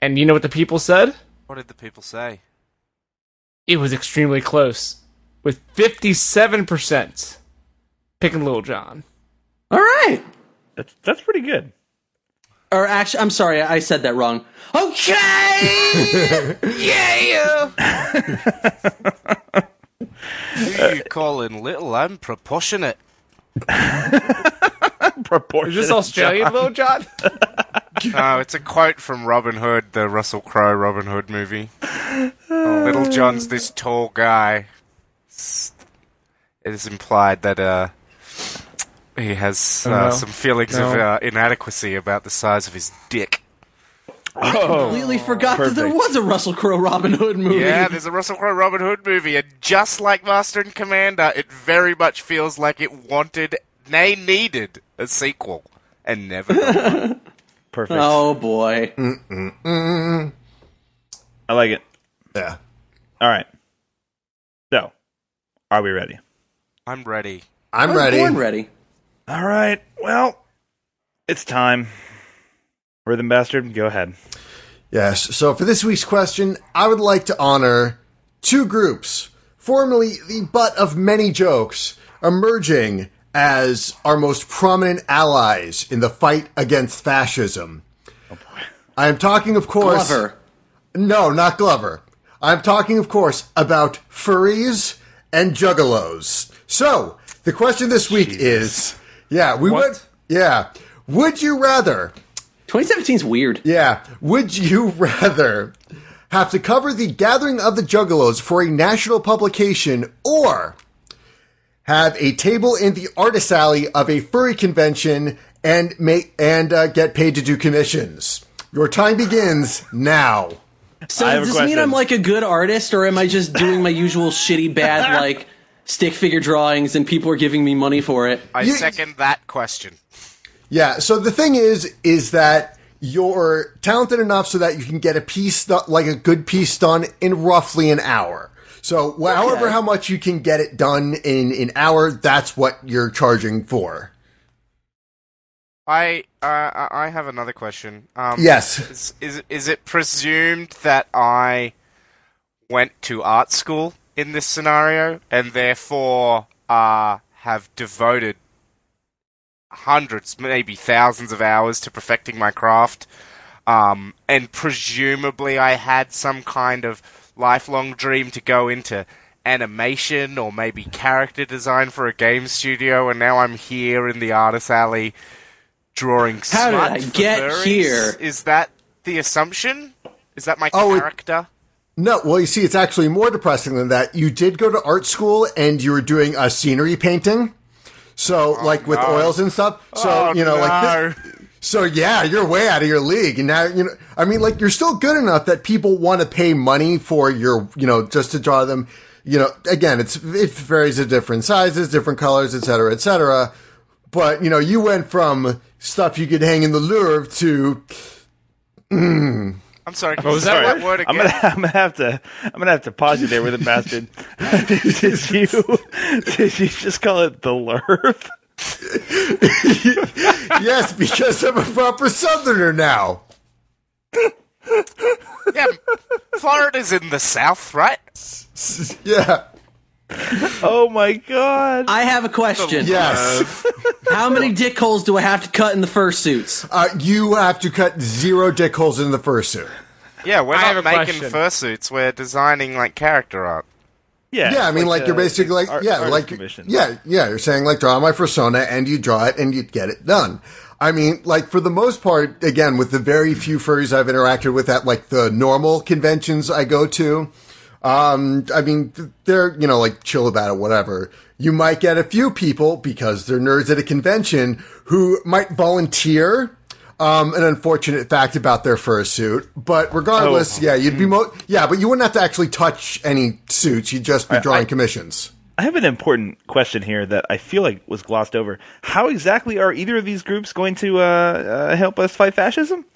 Speaker 6: And you know what the people said?
Speaker 5: What did the people say?
Speaker 6: It was extremely close, with fifty-seven percent picking Little John.
Speaker 4: All right.
Speaker 3: That's that's pretty good.
Speaker 4: Or actually, I'm sorry, I said that wrong. Okay.
Speaker 6: Yeah.
Speaker 5: Who you calling little? I'm proportionate.
Speaker 3: Proportion.
Speaker 6: Is this Australian Little John?
Speaker 5: No, Oh, it's a quote from Robin Hood, the Russell Crowe Robin Hood movie. Oh, Little John's this tall guy. S- It is implied that uh, he has uh,
Speaker 6: no.
Speaker 5: some feelings of
Speaker 6: No.
Speaker 5: uh, inadequacy about the size of his dick.
Speaker 4: completely forgot that there
Speaker 3: perfect.
Speaker 4: was a Russell Crowe Robin Hood movie.
Speaker 5: Yeah, there's a Russell Crowe Robin Hood movie, and just like Master and Commander, it very much feels like it wanted, nay, needed a sequel, and never. got one.
Speaker 3: Perfect.
Speaker 4: oh boy.
Speaker 3: I like it.
Speaker 2: Yeah.
Speaker 3: All right. So, are we ready?
Speaker 5: I'm ready.
Speaker 2: I'm
Speaker 4: I was
Speaker 2: ready.
Speaker 4: born ready.
Speaker 3: All right. Well, it's time. Rhythm bastard, go ahead.
Speaker 2: Yes. So for this week's question, I would like to honor two groups, formerly the butt of many jokes, emerging as our most prominent allies in the fight against fascism. I am talking, of course.
Speaker 4: Glover.
Speaker 2: No, not Glover. I'm talking, of course, about furries and juggalos. So, the question this week is yeah, we
Speaker 6: What?
Speaker 2: would. Yeah. Would you rather
Speaker 4: 2017's weird.
Speaker 2: yeah. Would you rather have to cover the gathering of the juggalos for a national publication or have a table in the artist alley of a furry convention and make and uh, get paid to do commissions? Your time begins now.
Speaker 4: So
Speaker 3: I have
Speaker 4: does
Speaker 3: a
Speaker 4: this mean
Speaker 3: question.
Speaker 4: I'm like a good artist, or am I just doing my usual shitty bad like stick figure drawings, and people are giving me money for it?
Speaker 5: I
Speaker 2: You-
Speaker 5: second that question.
Speaker 2: Yeah. So the thing is, is that you're talented enough so that you can get a piece, do- like a good piece done in roughly an hour. So wh- however, how much you can get it done in an hour, that's what you're charging for.
Speaker 5: I uh, I I have another question. Um,
Speaker 2: Yes.
Speaker 5: Is, is is it presumed that I went to art school in this scenario and therefore uh, have devoted hundreds, maybe thousands of hours to perfecting my craft? Um, and presumably, I had some kind of lifelong dream to go into animation or maybe character design for a game studio, and now I'm here in the artist alley drawing.
Speaker 4: How
Speaker 5: smut
Speaker 4: did I
Speaker 5: for
Speaker 4: get
Speaker 5: furries?
Speaker 4: here?
Speaker 5: Is that the assumption? Is that my
Speaker 2: Oh, it-
Speaker 5: character?
Speaker 2: No, well, you see, it's actually more depressing than that. You did go to art school and you were doing a scenery painting. So, like with oils and stuff. So,
Speaker 5: Oh,
Speaker 2: you know, like, thi-
Speaker 5: no.
Speaker 2: so yeah, you're way out of your league. And now, you know, I mean, like, you're still good enough that people want to pay money for your, you know, just to draw them. You know, again, it's, it varies of different sizes, different colors, et cetera, et cetera. But, you know, you went from stuff you could hang in the Louvre to,
Speaker 5: I'm sorry. Can
Speaker 6: What
Speaker 5: you
Speaker 6: was
Speaker 5: say
Speaker 6: that
Speaker 5: that
Speaker 6: word?
Speaker 5: word
Speaker 3: I'm
Speaker 5: again?
Speaker 3: gonna, I'm gonna have to, I'm gonna have to pause you there with a bastard. did you, did you just call it the lurf?
Speaker 2: yes, because I'm a proper Southerner now.
Speaker 5: Yeah, Florida's in the South, right?
Speaker 2: Yeah.
Speaker 3: Oh my god!
Speaker 4: I have a question.
Speaker 2: Yes.
Speaker 4: How many dick holes do I have to cut in the fursuits?
Speaker 2: Uh, you have to cut zero dick holes in the fursuit.
Speaker 5: Yeah, we're
Speaker 6: have
Speaker 5: not
Speaker 6: a
Speaker 5: making
Speaker 6: question.
Speaker 5: fursuits. We're designing like character art.
Speaker 3: Yeah,
Speaker 2: Yeah, I mean, like,
Speaker 3: uh,
Speaker 2: you're basically like,
Speaker 3: art-
Speaker 2: yeah,
Speaker 3: artist
Speaker 2: like,
Speaker 3: commission.
Speaker 2: yeah, yeah. You're saying like, draw my persona, and you draw it, and you get it done. I mean, like, for the most part, again, with the very few furries I've interacted with at like the normal conventions I go to, um, I mean, th- they're you know like chill about it, whatever. You might get a few people because they're nerds at a convention who might volunteer. Um, an unfortunate fact about their fursuit, but
Speaker 3: Oh.
Speaker 2: regardless, yeah, you'd be
Speaker 3: Mm.
Speaker 2: mo- yeah, but you wouldn't have to actually touch any suits. You'd just be drawing commissions.
Speaker 3: I have an important question here that I feel like was glossed over. How exactly are either of these groups going to uh, uh, help us fight fascism?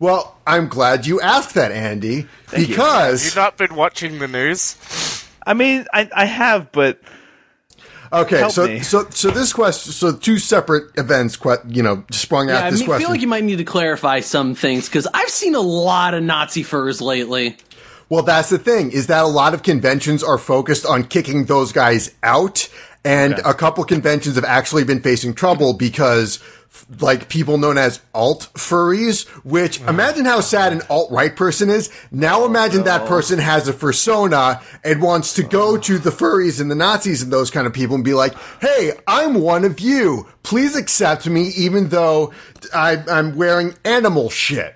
Speaker 2: Well, I'm glad you asked that, Andy,
Speaker 5: You've
Speaker 2: because
Speaker 5: not been watching the news.
Speaker 3: I mean, I, I have, but
Speaker 2: okay,
Speaker 3: Help
Speaker 2: so
Speaker 3: me.
Speaker 2: so so this question, so two separate events, que- you know, sprung
Speaker 4: Yeah,
Speaker 2: out
Speaker 4: I
Speaker 2: this
Speaker 4: mean,
Speaker 2: question.
Speaker 4: feel like you might need to clarify some things because I've seen a lot of Nazi furs lately.
Speaker 2: Well, that's the thing is that a lot of conventions are focused on kicking those guys out, and a couple conventions have actually been facing trouble because, f- like, people known as alt furries. Which
Speaker 3: Mm.
Speaker 2: imagine how sad an alt right person is. Now
Speaker 3: Oh,
Speaker 2: imagine that person has a fursona and wants to
Speaker 3: Oh.
Speaker 2: go to the furries and the Nazis and those kind of people and be like, "Hey, I'm one of you. Please accept me, even though I, I'm wearing animal shit."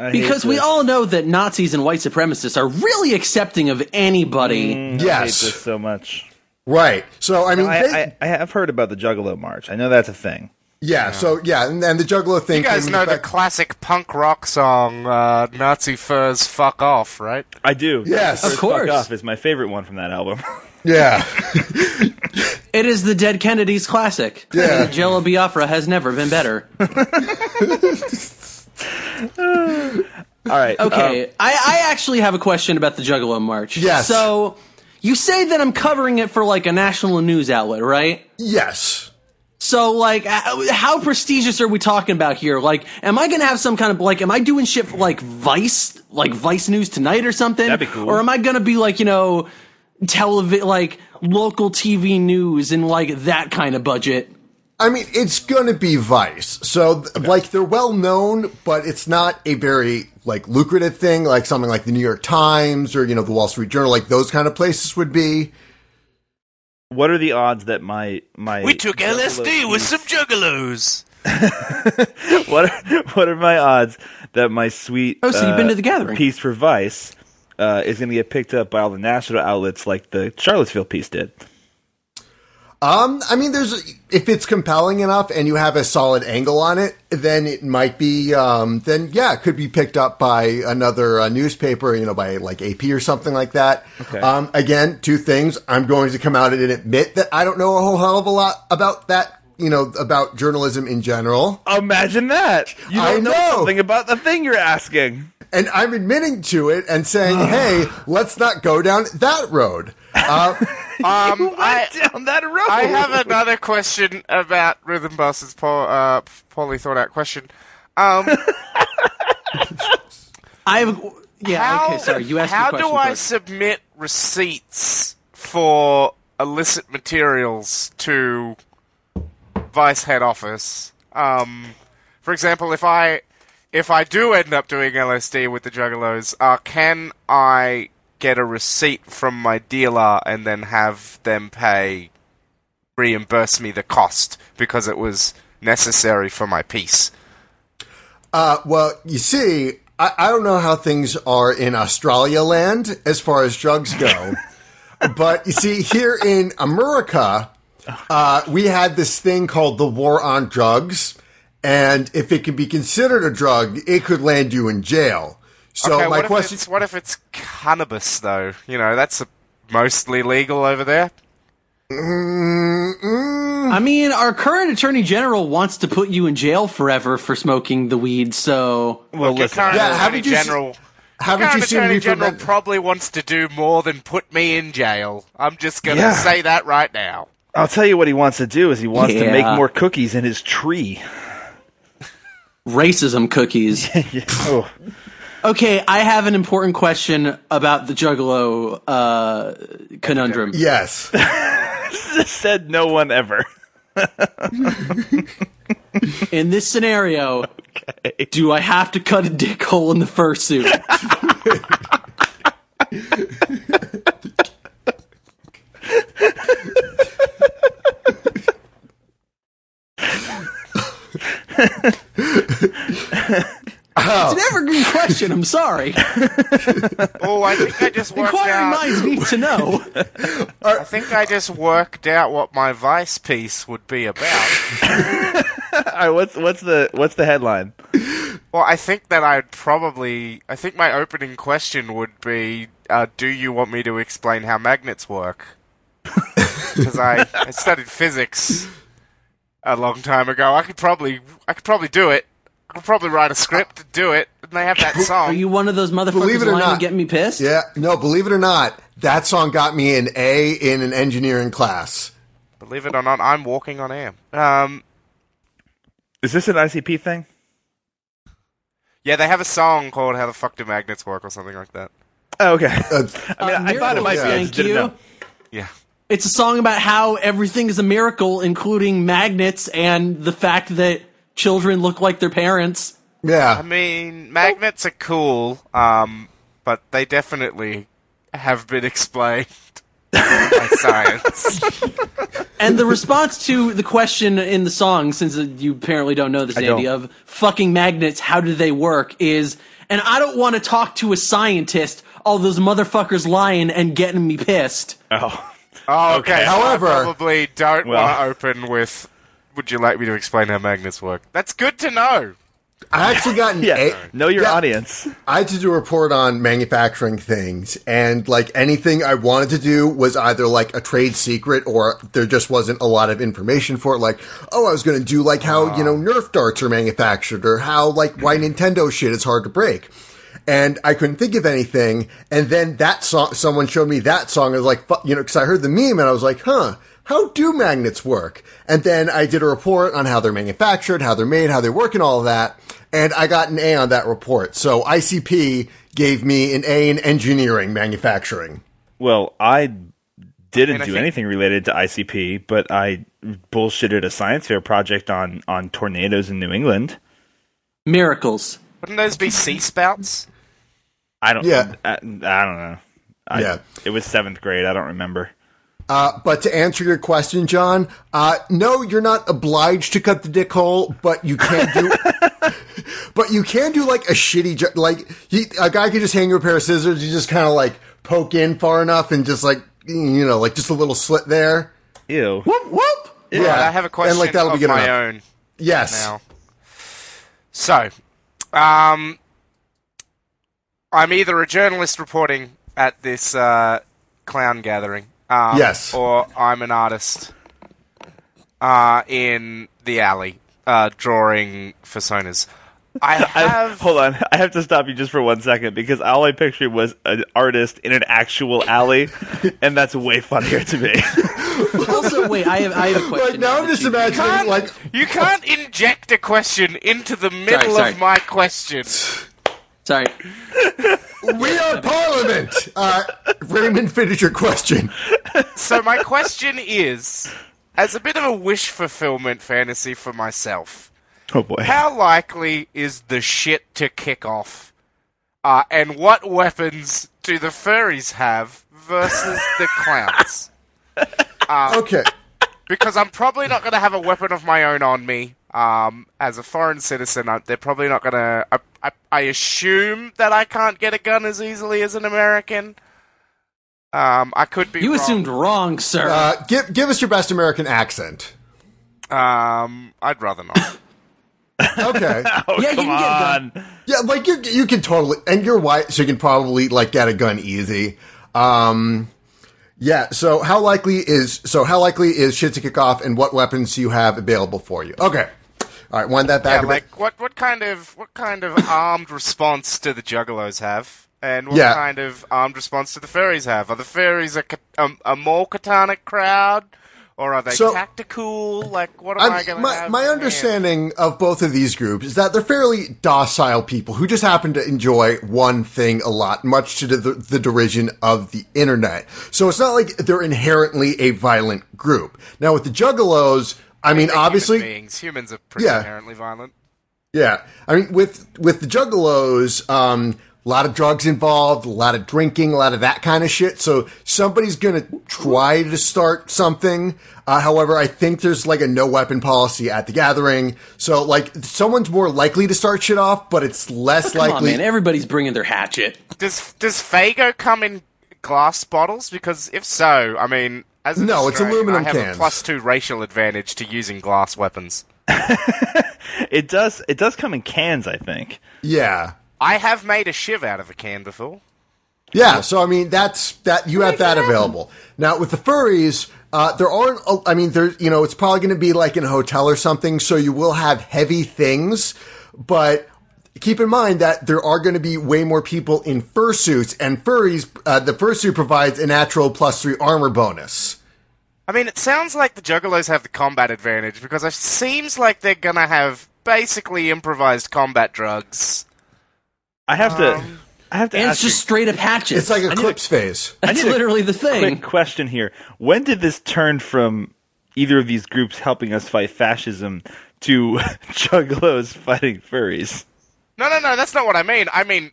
Speaker 3: I hate
Speaker 4: Because we
Speaker 3: this.
Speaker 4: all know that Nazis and white supremacists are really accepting of anybody.
Speaker 3: I hate
Speaker 2: yes,
Speaker 3: this so much.
Speaker 2: right. So I mean,
Speaker 3: I,
Speaker 2: they-
Speaker 3: I, I have heard about the Juggalo March. I know that's a thing.
Speaker 2: Yeah, so yeah, and, and the Juggalo thing.
Speaker 5: You guys
Speaker 2: came
Speaker 5: know
Speaker 2: into
Speaker 5: the
Speaker 2: effect-
Speaker 5: classic punk rock song, uh, Nazi Furs Fuck Off, right?
Speaker 3: I do.
Speaker 2: Yes.
Speaker 3: First
Speaker 2: Of
Speaker 4: course.
Speaker 3: Fuck Off is my favorite one from that album.
Speaker 2: yeah,
Speaker 4: It is the Dead Kennedys classic.
Speaker 2: Yeah. Um,
Speaker 4: And Jello Biafra has never been better.
Speaker 3: all right.
Speaker 4: Okay, I, I actually have a question about the Juggalo March.
Speaker 2: Yes.
Speaker 4: So you say that I'm covering it for like a national news outlet, right?
Speaker 2: yes.
Speaker 4: So like, h- how prestigious are we talking about here? Like, am I gonna have some kind of like, am I doing shit for like Vice, like Vice News tonight or something?
Speaker 3: That'd be cool.
Speaker 4: Or am I gonna be like, you know, televi- like local TV news and like that kind of budget?
Speaker 2: I mean, it's gonna be Vice. So th- like they're well known, but it's not a very like lucrative thing, like something like the New York Times or you know the Wall Street Journal, like those kind of places would be.
Speaker 3: what are the odds that my my
Speaker 5: We took
Speaker 3: Juggalo
Speaker 5: LSD with
Speaker 3: piece-
Speaker 5: some juggalos.
Speaker 3: what are, what are my odds that my sweet
Speaker 4: Oh, so you've
Speaker 3: uh,
Speaker 4: been to the gathering.
Speaker 3: piece for Vice uh, is going to get picked up by all the national outlets like the Charlottesville piece did?
Speaker 2: Um, I mean, there's if it's compelling enough and you have a solid angle on it, then it might be. Um, then yeah, it could be picked up by another uh, newspaper, you know, by like AP or something like that. Okay. Um, again, two things. I'm going to come out and admit that I don't know a whole hell of a lot about that. You know, about journalism in general,
Speaker 3: Imagine that you don't
Speaker 2: I know.
Speaker 3: something about the thing you're asking.
Speaker 2: and I'm admitting to it and saying, "Hey, let's not go down that road." Uh,
Speaker 5: Um, I,
Speaker 3: down that road.
Speaker 5: I have another question about Rhythm Busters. Paul, uh, poorly thought out question. Um,
Speaker 4: I have. Yeah.
Speaker 5: how,
Speaker 4: okay. Sorry. You asked me a
Speaker 5: how
Speaker 4: question
Speaker 5: do I
Speaker 4: first.
Speaker 5: submit receipts for illicit materials to Vice head office? Um, for example, if I if I do end up doing LSD with the Juggalos, uh, can I get a receipt from my dealer and then have them pay reimburse me the cost because it was necessary for my piece.
Speaker 2: Uh, well, you see, I, I don't know how things are in Australia land as far as drugs go, but you see, here in America, uh, we had this thing called the war on drugs, and if it could be considered a drug, it could land you in jail. So
Speaker 5: okay,
Speaker 2: my
Speaker 5: what,
Speaker 2: question,
Speaker 5: if it's, what if it's cannabis though? You know, that's a, mostly legal over there.
Speaker 4: I mean, our current attorney general wants to put you in jail forever for smoking the weed. So
Speaker 3: Well,
Speaker 5: Your
Speaker 3: listen.
Speaker 5: current
Speaker 2: Yeah, how
Speaker 5: Attorney
Speaker 2: did you s-
Speaker 5: General.
Speaker 2: haven't you
Speaker 5: Current
Speaker 2: seen me
Speaker 5: Attorney General
Speaker 2: prevent-
Speaker 5: probably wants to do more than put me in jail. I'm just going to
Speaker 3: Yeah.
Speaker 5: say that right now.
Speaker 3: I'll tell you what he wants to do is he wants to make
Speaker 4: Yeah.
Speaker 3: more cookies in his tree.
Speaker 4: racism cookies.
Speaker 3: oh,
Speaker 4: okay, I have an important question about the Juggalo uh, conundrum.
Speaker 2: Yes.
Speaker 3: said no one ever.
Speaker 4: In this scenario, do I have to cut a dick hole in the fursuit? It's an evergreen question. I'm sorry.
Speaker 5: Oh, I think I just worked
Speaker 4: Inquiring
Speaker 5: out.
Speaker 4: minds need to know.
Speaker 5: I think I just worked out what my vice piece would be about.
Speaker 3: All right, what's what's the what's the headline?
Speaker 5: Well, I think that I'd probably. I think my opening question would be uh, Do you want me to explain how magnets work? Because I, I studied physics a long time ago. I could probably I could probably do it. I could probably write a script, do it, and they have that
Speaker 4: Are
Speaker 5: song.
Speaker 4: you one of those motherfuckers
Speaker 2: Believe it or
Speaker 4: lying to
Speaker 2: not.
Speaker 4: get me pissed?
Speaker 2: Yeah, no, believe it or not, that song got me an A in an engineering class.
Speaker 5: Believe it or not, I'm walking on air. Um,
Speaker 3: Is this an ICP thing?
Speaker 5: yeah, they have a song called "How the Fuck Do Magnets Work" or something like that.
Speaker 3: Oh, okay.
Speaker 2: Uh,
Speaker 3: I mean, I thought it might be. I just
Speaker 4: Thank
Speaker 3: didn't
Speaker 4: you.
Speaker 3: know.
Speaker 5: Yeah.
Speaker 4: It's a song about how everything is a miracle, including magnets and the fact that children look like their parents.
Speaker 5: I
Speaker 2: yeah.
Speaker 5: mean, magnets are cool, um, but they definitely have been explained by science.
Speaker 4: And the response to the question in the song, since you apparently don't know this,
Speaker 3: don't.
Speaker 4: Andy, of fucking magnets, how do they work? Is, and I don't want to talk to a scientist, all those motherfuckers lying and getting me pissed.
Speaker 3: Oh,
Speaker 5: Oh, okay. so
Speaker 2: However-
Speaker 5: I probably don't
Speaker 3: Well-
Speaker 5: want to open with. Would you like me to explain how magnets work? That's good to know.
Speaker 2: I actually got an
Speaker 3: Eh, yeah.
Speaker 2: A.
Speaker 3: know your
Speaker 2: Yeah.
Speaker 3: audience.
Speaker 2: I had to do a report on manufacturing things, and like anything I wanted to do was either like a trade secret or there just wasn't a lot of information for it. Like, oh, I was going to do like how, you know, Nerf darts are manufactured or how like why Nintendo shit is hard to break. And I couldn't think of anything. And then that song, someone showed me that song. I was like, fu- you know, because I heard the meme and I was like, huh, how do magnets work? And then I did a report on how they're manufactured, how they're made, how they work, and all of that. And I got an A on that report. So ICP gave me an A in engineering manufacturing.
Speaker 3: Well, I didn't
Speaker 5: And I
Speaker 3: do
Speaker 5: think-
Speaker 3: anything related to ICP, but I bullshitted a science fair project on on tornadoes in New England.
Speaker 4: Miracles.
Speaker 5: Wouldn't those be sea spouts?
Speaker 3: I don't.
Speaker 2: Yeah.
Speaker 3: I, I don't know. I,
Speaker 2: Yeah.
Speaker 3: It was seventh grade. I don't remember.
Speaker 2: Uh, but to answer your question, John, uh, no, you're not obliged to cut the dick hole, but you can do. but you can do like a shitty, jo- like he, a guy could just hang you a pair of scissors. You just kind of like poke in far enough and just like you know, like just a little slit there.
Speaker 3: Ew.
Speaker 4: Whoop, whoop.
Speaker 2: Yeah,
Speaker 5: Right, I have a question
Speaker 2: and like that'll
Speaker 5: of
Speaker 2: be good
Speaker 5: my
Speaker 2: enough.
Speaker 5: own
Speaker 2: Yes,
Speaker 5: now. So, um, I'm either a journalist reporting at this uh, clown gathering, um,
Speaker 2: Yes.
Speaker 5: or I'm an artist uh, in the alley uh, drawing personas. I
Speaker 3: I-
Speaker 5: have.
Speaker 3: hold on. I have to stop you just for one second because all I pictured was an artist in an actual alley, and that's way funnier to me.
Speaker 4: Also, wait, I have, I have a question.
Speaker 2: like now I'm
Speaker 4: that
Speaker 2: just
Speaker 4: you-
Speaker 2: imagining
Speaker 5: can't-
Speaker 2: like
Speaker 5: you can't inject a question into the middle
Speaker 4: sorry.
Speaker 5: of my question.
Speaker 4: Sorry.
Speaker 2: we are Parliament. Uh, Raymond, finish your question.
Speaker 5: So my question is, as a bit of a wish fulfillment fantasy for myself,
Speaker 3: oh boy.
Speaker 5: how likely is the shit to kick off Uh, and what weapons do the furries have versus the clowns? Uh,
Speaker 2: Okay.
Speaker 5: Because I'm probably not going to have a weapon of my own on me. Um, as a foreign citizen, I, they're probably not going to. I, I, I assume that I can't get a gun as easily as an American. Um, I could be.
Speaker 4: You
Speaker 5: wrong.
Speaker 4: assumed wrong, sir.
Speaker 2: Uh, give give us your best American accent.
Speaker 5: Um, I'd rather not.
Speaker 2: Okay.
Speaker 3: Oh,
Speaker 4: Yeah, you
Speaker 3: come
Speaker 4: can get a
Speaker 3: on.
Speaker 2: yeah, like you you can totally and you're white, so you can probably like get a gun easy. Um yeah, so how likely is so how likely is shit to kick off and what weapons do you have available for you? Okay. All right, wind that
Speaker 5: yeah,
Speaker 2: back. a bit.
Speaker 5: like what? What kind of what kind of armed response do the Juggalos have? And what
Speaker 2: Yeah.
Speaker 5: kind of armed response do the fairies have? Are the fairies a, ca- a, a more catonic crowd, or are they
Speaker 2: So-
Speaker 5: tactical? Like, what am
Speaker 2: I'm-
Speaker 5: I going to
Speaker 2: my,
Speaker 5: have?
Speaker 2: my
Speaker 5: in hand?
Speaker 2: understanding of both of these groups is that they're fairly docile people who just happen to enjoy one thing a lot, much to the, the derision of the internet. So it's not like they're inherently a violent group. Now, with the Juggalos, I mean,
Speaker 5: They're human
Speaker 2: obviously,
Speaker 5: beings. humans are pretty
Speaker 2: Yeah.
Speaker 5: inherently violent.
Speaker 2: yeah, I mean with with the Juggalos, um, a lot of drugs involved, a lot of drinking, a lot of that kind of shit. So somebody's gonna try to start something. Uh, however, I think there's like a no weapon policy at the gathering, so like someone's more likely to start shit off, but it's less
Speaker 4: Come on,
Speaker 2: likely.
Speaker 4: man. Everybody's bringing their hatchet.
Speaker 5: Does does Fago come in glass bottles? Because if so, I mean, as an
Speaker 2: No, it's
Speaker 5: Australian,
Speaker 2: aluminum
Speaker 5: I have
Speaker 2: cans.
Speaker 5: a plus two racial advantage to using glass weapons.
Speaker 3: It does. It does come in cans, I think.
Speaker 2: yeah,
Speaker 5: I have made a shiv out of a can before.
Speaker 2: Yeah, so I mean that's that you have that available. Now with the furries, uh, there aren't a- I mean there you know it's probably going to be like in a hotel or something so you will have heavy things, but keep in mind that there are going to be way more people in fursuits and furries uh, the fursuit provides a natural plus 3 armor bonus.
Speaker 5: I mean, it sounds like the Juggalos have the combat advantage because it seems like they're gonna have basically improvised combat drugs.
Speaker 3: I have to. I have to
Speaker 4: Um, And it's
Speaker 3: ask you
Speaker 4: just straight up hatchets.
Speaker 2: It's like
Speaker 3: need
Speaker 2: eclipse phase.
Speaker 4: That's
Speaker 3: need a
Speaker 4: literally the
Speaker 3: a
Speaker 4: thing.
Speaker 3: quick question here. When did this turn from either of these groups helping us fight fascism to juggalos fighting furries?
Speaker 5: No, no, no, that's not what I mean. I mean,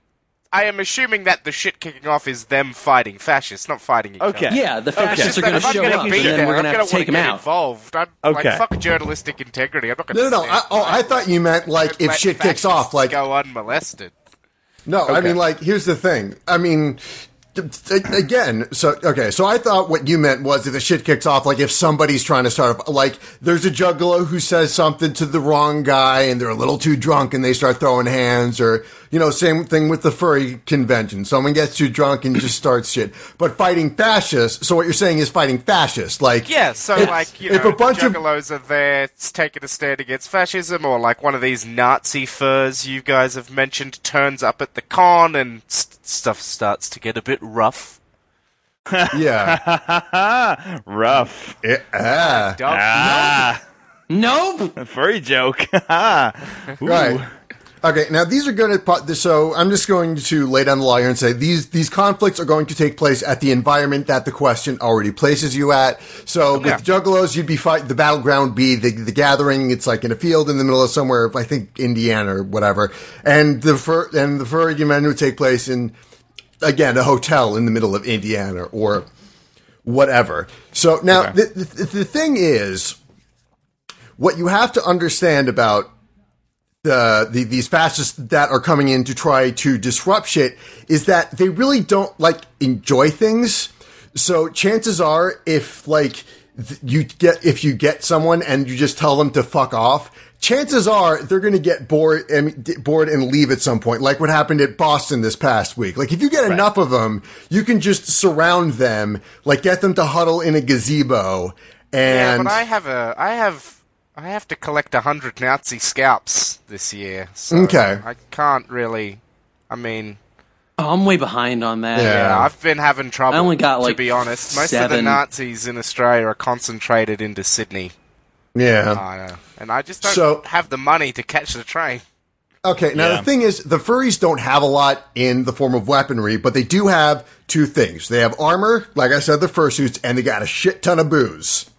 Speaker 5: I am assuming that the shit kicking off is them fighting fascists, not fighting each
Speaker 3: Okay.
Speaker 5: other.
Speaker 4: Yeah, the
Speaker 3: Okay.
Speaker 4: fascists
Speaker 5: Just
Speaker 4: are going to
Speaker 5: that if I'm
Speaker 4: show
Speaker 5: gonna
Speaker 4: up, and
Speaker 5: be
Speaker 4: then
Speaker 5: there,
Speaker 4: we're
Speaker 5: I'm
Speaker 4: going to have to
Speaker 5: wanna
Speaker 4: take them
Speaker 5: get
Speaker 4: out.
Speaker 5: Involved. I'm
Speaker 3: Okay.
Speaker 5: like fuck journalistic integrity. I'm not gonna.
Speaker 2: No, no, no.
Speaker 5: sit
Speaker 2: I, oh, I
Speaker 5: and
Speaker 2: thought you meant like if
Speaker 5: let
Speaker 2: shit kicks off
Speaker 5: fascists
Speaker 2: like
Speaker 5: go unmolested.
Speaker 2: No, I mean, like, here's the thing. I mean, t- t- again, so, okay, so I thought what you meant was if the shit kicks off, like, if somebody's trying to start, a- like, there's a juggalo who says something to the wrong guy and they're a little too drunk and they start throwing hands, or, you know, same thing with the furry convention. Someone gets too drunk and just starts shit. But fighting fascists, so what you're saying is fighting fascists. Like,
Speaker 5: Yeah, so
Speaker 2: if-
Speaker 5: like you
Speaker 2: if
Speaker 5: know,
Speaker 2: a bunch
Speaker 5: the
Speaker 2: of
Speaker 5: juggalos are there s- taking a stand against fascism, or like one of these Nazi furs you guys have mentioned turns up at the con, and st- stuff starts to get a bit rough.
Speaker 2: yeah,
Speaker 3: Rough.
Speaker 2: Eh, ah,
Speaker 5: Dog-
Speaker 3: Ah,
Speaker 4: Nope.
Speaker 3: furry joke. Ah. Ooh.
Speaker 2: Right. Okay. Now these are going to. So I'm just going to lay down the law here and say these these conflicts are going to take place at the environment that the question already places you at. So with Juggalos, you'd be fight the battleground be the, the gathering. It's like in a field in the middle of somewhere. I think Indiana or whatever. And the fur and the fur argument would take place in again a hotel in the middle of Indiana or whatever. So now the, the the thing is, what you have to understand about the, the these fascists that are coming in to try to disrupt shit is that they really don't like enjoy things. So chances are, if like th- you get if you get someone and you just tell them to fuck off, chances are they're going to get bored and d- bored and leave at some point. Like what happened at Boston this past week. Like if you get enough of them, you can just surround them, like get them to huddle in a gazebo.
Speaker 5: yeah,
Speaker 2: And
Speaker 5: but I have a, I have, I have to collect a hundred Nazi scalps this year. So
Speaker 2: Okay.
Speaker 5: I can't really. I mean,
Speaker 4: Oh, I'm way behind on that.
Speaker 2: Yeah.
Speaker 5: yeah, I've been having trouble.
Speaker 4: I only got,
Speaker 5: to
Speaker 4: like,
Speaker 5: be honest, most of the
Speaker 4: seven.
Speaker 5: Nazis in Australia are concentrated into Sydney.
Speaker 2: yeah,
Speaker 5: I know. And I just don't
Speaker 2: So-
Speaker 5: have the money to catch the train.
Speaker 2: Okay, now
Speaker 3: Yeah.
Speaker 2: the thing is, the furries don't have a lot in the form of weaponry, but they do have two things. They have armor, like I said, the fursuits, and they got a shit ton of booze.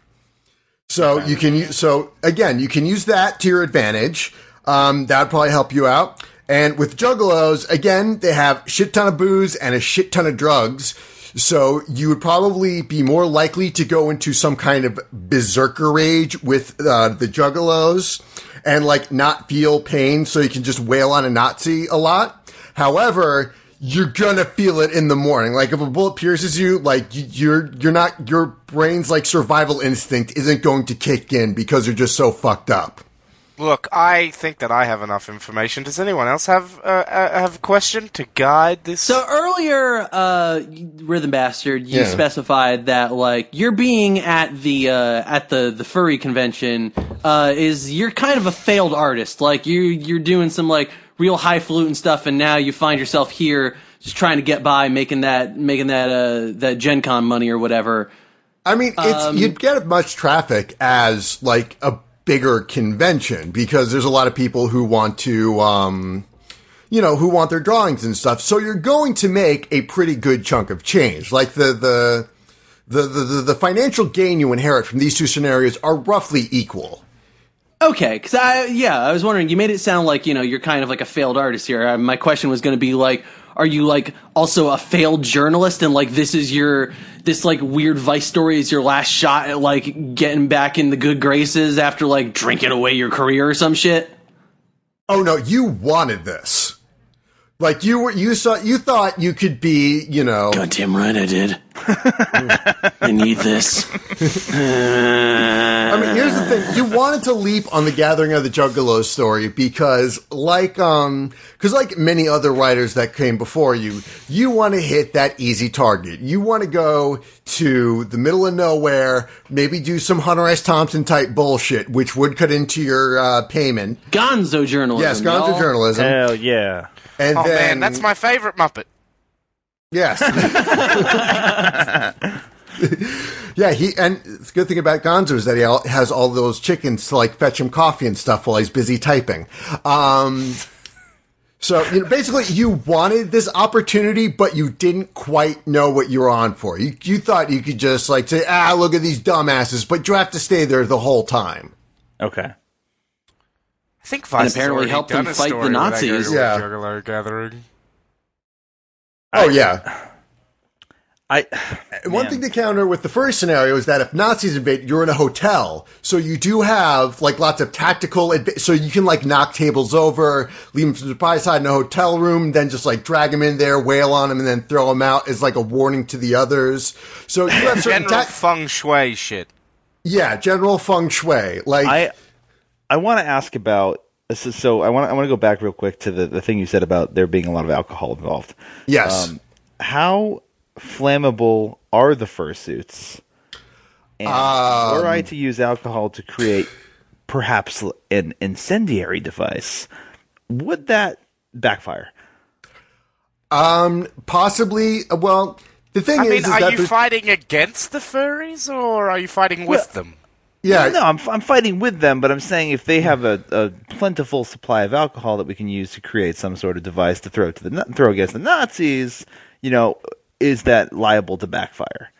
Speaker 2: So you can use. So again, you can use that to your advantage. Um, that would probably help you out. And with juggalos, again, they have shit ton of booze and a shit ton of drugs. So you would probably be more likely to go into some kind of berserker rage with uh, the juggalos and like not feel pain so you can just wail on a Nazi a lot. However, you're gonna feel it in the morning. Like if a bullet pierces you, like y- you're you're not your brain's like survival instinct isn't going to kick in because you're just so fucked up.
Speaker 5: Look, I think that I have enough information. Does anyone else have uh, uh, have a question to guide this?
Speaker 4: So earlier, uh, Rhythm Bastard, you
Speaker 2: Yeah.
Speaker 4: specified that like your being at the uh, at the the furry convention uh, is you're kind of a failed artist. Like you you're doing some like real highfalutin stuff, and now you find yourself here just trying to get by, making that making that uh, that Gen Con money or whatever.
Speaker 2: I mean, it's, you'd get as much traffic as like a bigger convention because there's a lot of people who want to, um, you know, who want their drawings and stuff. So you're going to make a pretty good chunk of change. Like the the the the, the, the financial gain you inherit from these two scenarios are roughly equal.
Speaker 4: Okay, because I yeah, I was wondering. You made it sound like you know you're kind of like a failed artist here. Uh, my question was going to be like, are you like also a failed journalist and like this is your this like weird Vice story is your last shot at like getting back in the good graces after like drinking away your career or some shit?
Speaker 2: oh no, you wanted this. Like you were, you saw, you thought you could be, you know,
Speaker 4: Goddamn right, I did. I need this.
Speaker 2: I mean, here's the thing: you wanted to leap on the Gathering of the Juggalos story because, like, um, because like many other writers that came before you, you want to hit that easy target. You want to go to the middle of nowhere, maybe do some Hunter S. Thompson type bullshit, which would cut into your uh, payment.
Speaker 4: Gonzo journalism.
Speaker 2: Yes, gone
Speaker 4: y'all.
Speaker 2: to journalism,
Speaker 3: Hell yeah.
Speaker 2: and
Speaker 5: oh
Speaker 2: then
Speaker 5: man, that's my favorite Muppet.
Speaker 2: Yes. yeah, he and the good thing about Gonzo is that he all, has all those chickens to like fetch him coffee and stuff while he's busy typing. Um, so you know, basically, you wanted this opportunity, but you didn't quite know what you were on for. You you thought you could just like say, ah, look at these dumbasses, but you have to stay there the whole time.
Speaker 3: Okay.
Speaker 5: I think Vice has
Speaker 4: apparently
Speaker 5: already
Speaker 4: helped
Speaker 5: done
Speaker 4: them
Speaker 5: a
Speaker 4: fight
Speaker 5: story
Speaker 4: the
Speaker 5: where they go
Speaker 4: Nazis.
Speaker 5: to a
Speaker 2: Yeah.
Speaker 5: Juggalo gathering.
Speaker 2: Oh yeah.
Speaker 3: I
Speaker 2: One
Speaker 3: Man.
Speaker 2: thing to counter with the first scenario is that if Nazis invade, you're in a hotel, so you do have like lots of tactical. Adv- so you can like knock tables over, leave them to the pie side in a hotel room, then just like drag them in there, wail on them, and then throw them out as like a warning to the others. So you have certain
Speaker 5: General
Speaker 2: ta-
Speaker 5: feng shui shit.
Speaker 2: yeah, general feng shui. Like
Speaker 3: I I want to ask about this is, so I want I want to go back real quick to the, the thing you said about there being a lot of alcohol involved.
Speaker 2: yes,
Speaker 5: um,
Speaker 3: How flammable are the fursuits? And
Speaker 4: Um,
Speaker 3: were I to use alcohol to create perhaps l- an incendiary device, would that backfire?
Speaker 2: possibly. uh, Well, the thing
Speaker 5: I
Speaker 2: is,
Speaker 5: mean,
Speaker 2: is
Speaker 5: are
Speaker 2: that
Speaker 5: you
Speaker 2: there's-
Speaker 5: fighting against the furries or are you fighting with them?
Speaker 2: yeah,
Speaker 3: No, I'm, f- I'm fighting with them, but I'm saying if they have a, a plentiful supply of alcohol that we can use to create some sort of device to throw to the Na- throw against the Nazis, you know, is that liable to backfire?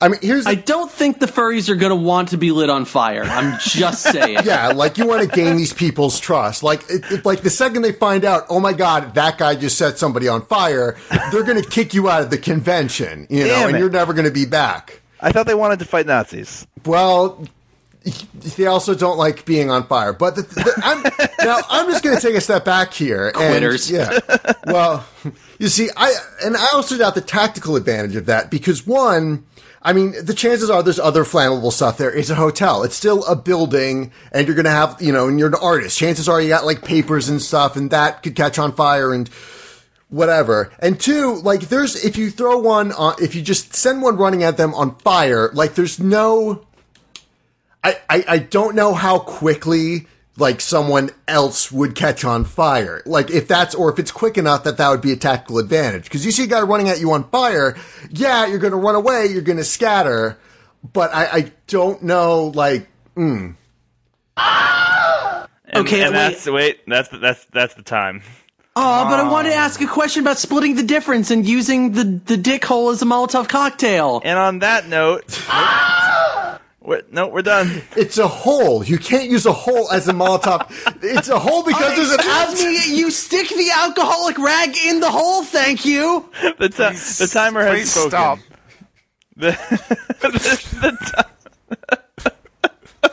Speaker 2: I mean, here's the
Speaker 4: I don't think the furries are going to want to be lit on fire. I'm just saying.
Speaker 2: yeah, like you want to gain these people's trust. Like, it, it- like the second they find out, oh my god, that guy just set somebody on fire, they're going to kick you out of the convention, you know,
Speaker 3: Damn
Speaker 2: and
Speaker 3: it.
Speaker 2: you're never going to be back.
Speaker 3: I thought they wanted to fight Nazis.
Speaker 2: Well, they also don't like being on fire. But the, the, I'm, now I'm just going to take a step back here. and-
Speaker 4: Quitters.
Speaker 2: yeah. Well, you see, I and I also doubt the tactical advantage of that because one, I mean, the chances are there's other flammable stuff there. It's a hotel. It's still a building, and you're going to have you know, and you're an artist. Chances are you got like papers and stuff, and that could catch on fire and whatever. And two, like there's if you throw one on if you just send one running at them on fire, like there's no I I, I don't know how quickly like someone else would catch on fire. Like if that's or if it's quick enough that that would be a tactical advantage. Cuz you see a guy running at you on fire, yeah, you're going to run away, you're going to scatter, but I I don't know like
Speaker 3: And-
Speaker 4: Okay,
Speaker 3: and
Speaker 4: wait.
Speaker 3: that's wait, that's the- that's that's the time.
Speaker 4: Oh, but I wanted to ask a question about splitting the difference and using the the dick hole as a Molotov cocktail.
Speaker 5: Ah!
Speaker 3: And on that note, We're, no, we're done.
Speaker 7: It's a hole. You can't use a hole as a Molotov. it's a hole because there's an
Speaker 4: Excuse
Speaker 7: absent.
Speaker 4: me, you stick the alcoholic rag in the hole, thank you.
Speaker 3: The, ti- the timer has
Speaker 5: Please
Speaker 3: spoken.
Speaker 5: stop.
Speaker 3: The, the, ti-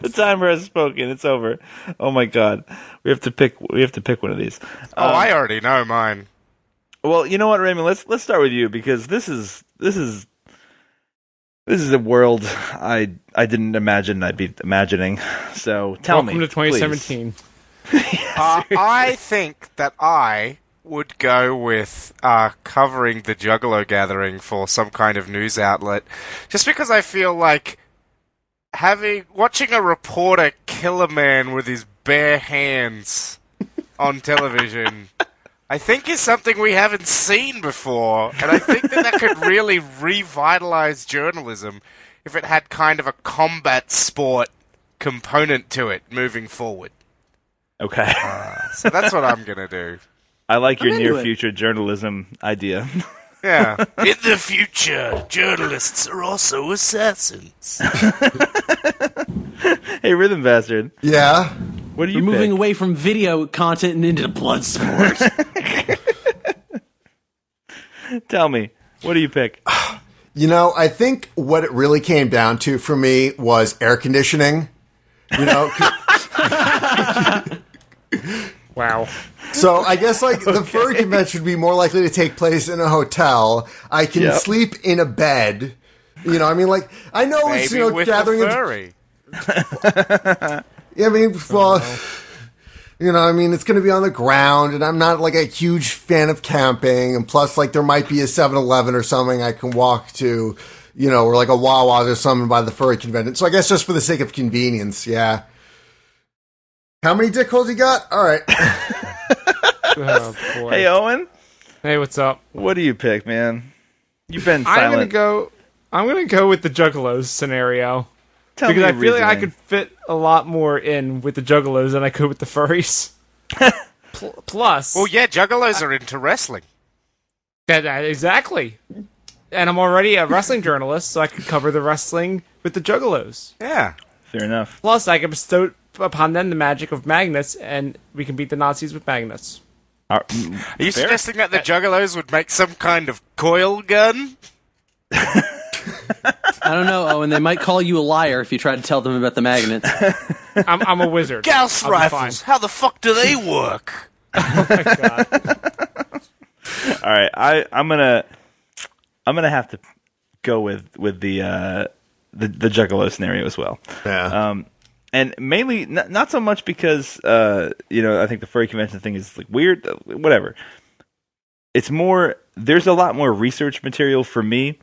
Speaker 3: the timer has spoken. It's over. Oh my god, we have to pick. We have to pick one of these. Uh,
Speaker 5: Oh,
Speaker 4: Uh,
Speaker 5: I already know mine.
Speaker 3: Well, you know what, Raymond? Let's let's start with you because this is this is this is a world I I didn't imagine I'd be imagining. So tell
Speaker 6: Welcome
Speaker 3: me,
Speaker 6: to
Speaker 3: please.
Speaker 6: 2017.
Speaker 5: Uh, I think that I would go with uh, covering the Juggalo gathering for some kind of news outlet, just because I feel like having watching a reporter kill a man with his bare hands on television. I think is something we haven't seen before, and I think that that could really revitalize journalism if it had kind of a combat sport component to it moving forward.
Speaker 3: Okay,
Speaker 5: So that's what I'm gonna do.
Speaker 3: I like your
Speaker 4: I'm into
Speaker 3: near
Speaker 4: it.
Speaker 3: future journalism idea.
Speaker 5: Yeah. In the future, journalists are also assassins.
Speaker 3: hey, rhythm bastard,
Speaker 7: Yeah.
Speaker 3: what do you
Speaker 4: We're moving
Speaker 3: pick?
Speaker 4: away from video content and into blood sport.
Speaker 3: Tell me, what do you pick?
Speaker 7: You know, I think what it really came down to for me was air conditioning. You know, 'cause-
Speaker 6: Wow.
Speaker 7: So I guess like the fur convention would be more likely to take place in a hotel. I can
Speaker 3: Yep.
Speaker 7: sleep in a bed. You know, I mean, like I know it's
Speaker 5: Maybe
Speaker 7: you know
Speaker 5: with a
Speaker 7: gathering. in-
Speaker 5: furry.
Speaker 7: I mean,
Speaker 5: Oh,
Speaker 7: well, you know, I mean, it's going to be on the ground, and I'm not like a huge fan of camping. And plus, like there might be a 7-Eleven or something I can walk to, you know, or like a Wawa or something by the furry convention. So I guess just for the sake of convenience, yeah. How many dick holes you got? All right.
Speaker 6: Oh, boy.
Speaker 3: Hey, Owen,
Speaker 6: Hey, what's up?
Speaker 3: what do you pick, man? You've been
Speaker 6: I'm
Speaker 3: silent.
Speaker 6: gonna go. I'm gonna go with the Juggalos scenario
Speaker 3: Tell
Speaker 6: because
Speaker 3: me
Speaker 6: I
Speaker 3: your
Speaker 6: feel like I
Speaker 3: reasoning.
Speaker 6: could fit a lot more in with the Juggalos than I could with the furries. Pl- plus,
Speaker 5: Well, yeah, juggalos are into wrestling.
Speaker 6: that- that- exactly. And I'm already a wrestling journalist, so I could cover the wrestling with the Juggalos.
Speaker 5: Yeah.
Speaker 3: Fair enough.
Speaker 6: Plus, I can bestow upon them the magic of magnets, and we can beat the Nazis with magnets.
Speaker 3: Are,
Speaker 5: Are you
Speaker 3: Fair.
Speaker 5: suggesting that the juggalos would make some kind of coil gun?
Speaker 4: I don't know, Owen. They might call you a liar if you try to tell them about the magnets.
Speaker 6: I'm, I'm a wizard.
Speaker 5: Gauss
Speaker 6: I'll be
Speaker 5: rifles. How the fuck do they work?
Speaker 3: All right, I I'm gonna I'm gonna have to go with with the uh, the the Juggalo scenario as well,
Speaker 2: Yeah.
Speaker 3: Um, and mainly n- not so much because uh, you know I think the furry convention thing is like weird, uh, whatever. It's more there's a lot more research material for me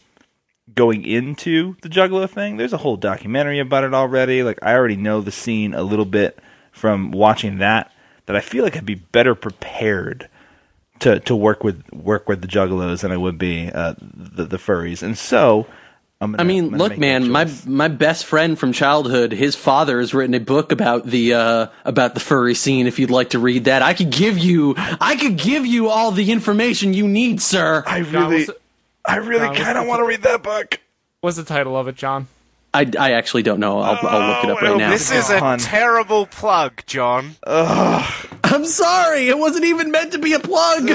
Speaker 3: going into the Juggalo thing. There's a whole documentary about it already. Like I already know the scene a little bit from watching that. That I feel like I'd be better prepared to to work with work with the juggalos than I would be uh, the the furries. And so, I'm gonna,
Speaker 4: I
Speaker 3: I'm
Speaker 4: mean,
Speaker 3: gonna
Speaker 4: look,
Speaker 3: make
Speaker 4: man,
Speaker 3: that
Speaker 4: my
Speaker 3: choice.
Speaker 4: my best friend from childhood, his father has written a book about the uh, about the furry scene. If you'd like to read that, I could give you I could give you all the information you need, sir.
Speaker 3: I
Speaker 4: I,
Speaker 6: John,
Speaker 3: really,
Speaker 6: what's-
Speaker 3: I really
Speaker 6: John,
Speaker 3: kind of
Speaker 6: what's-
Speaker 3: want to read that book.
Speaker 6: What's the title of it, John?
Speaker 4: I, actually don't know. I'll, I'll look it up right now.
Speaker 5: This is a
Speaker 3: Pun.
Speaker 5: terrible plug, John.
Speaker 4: I'm sorry, it wasn't even meant to be a plug.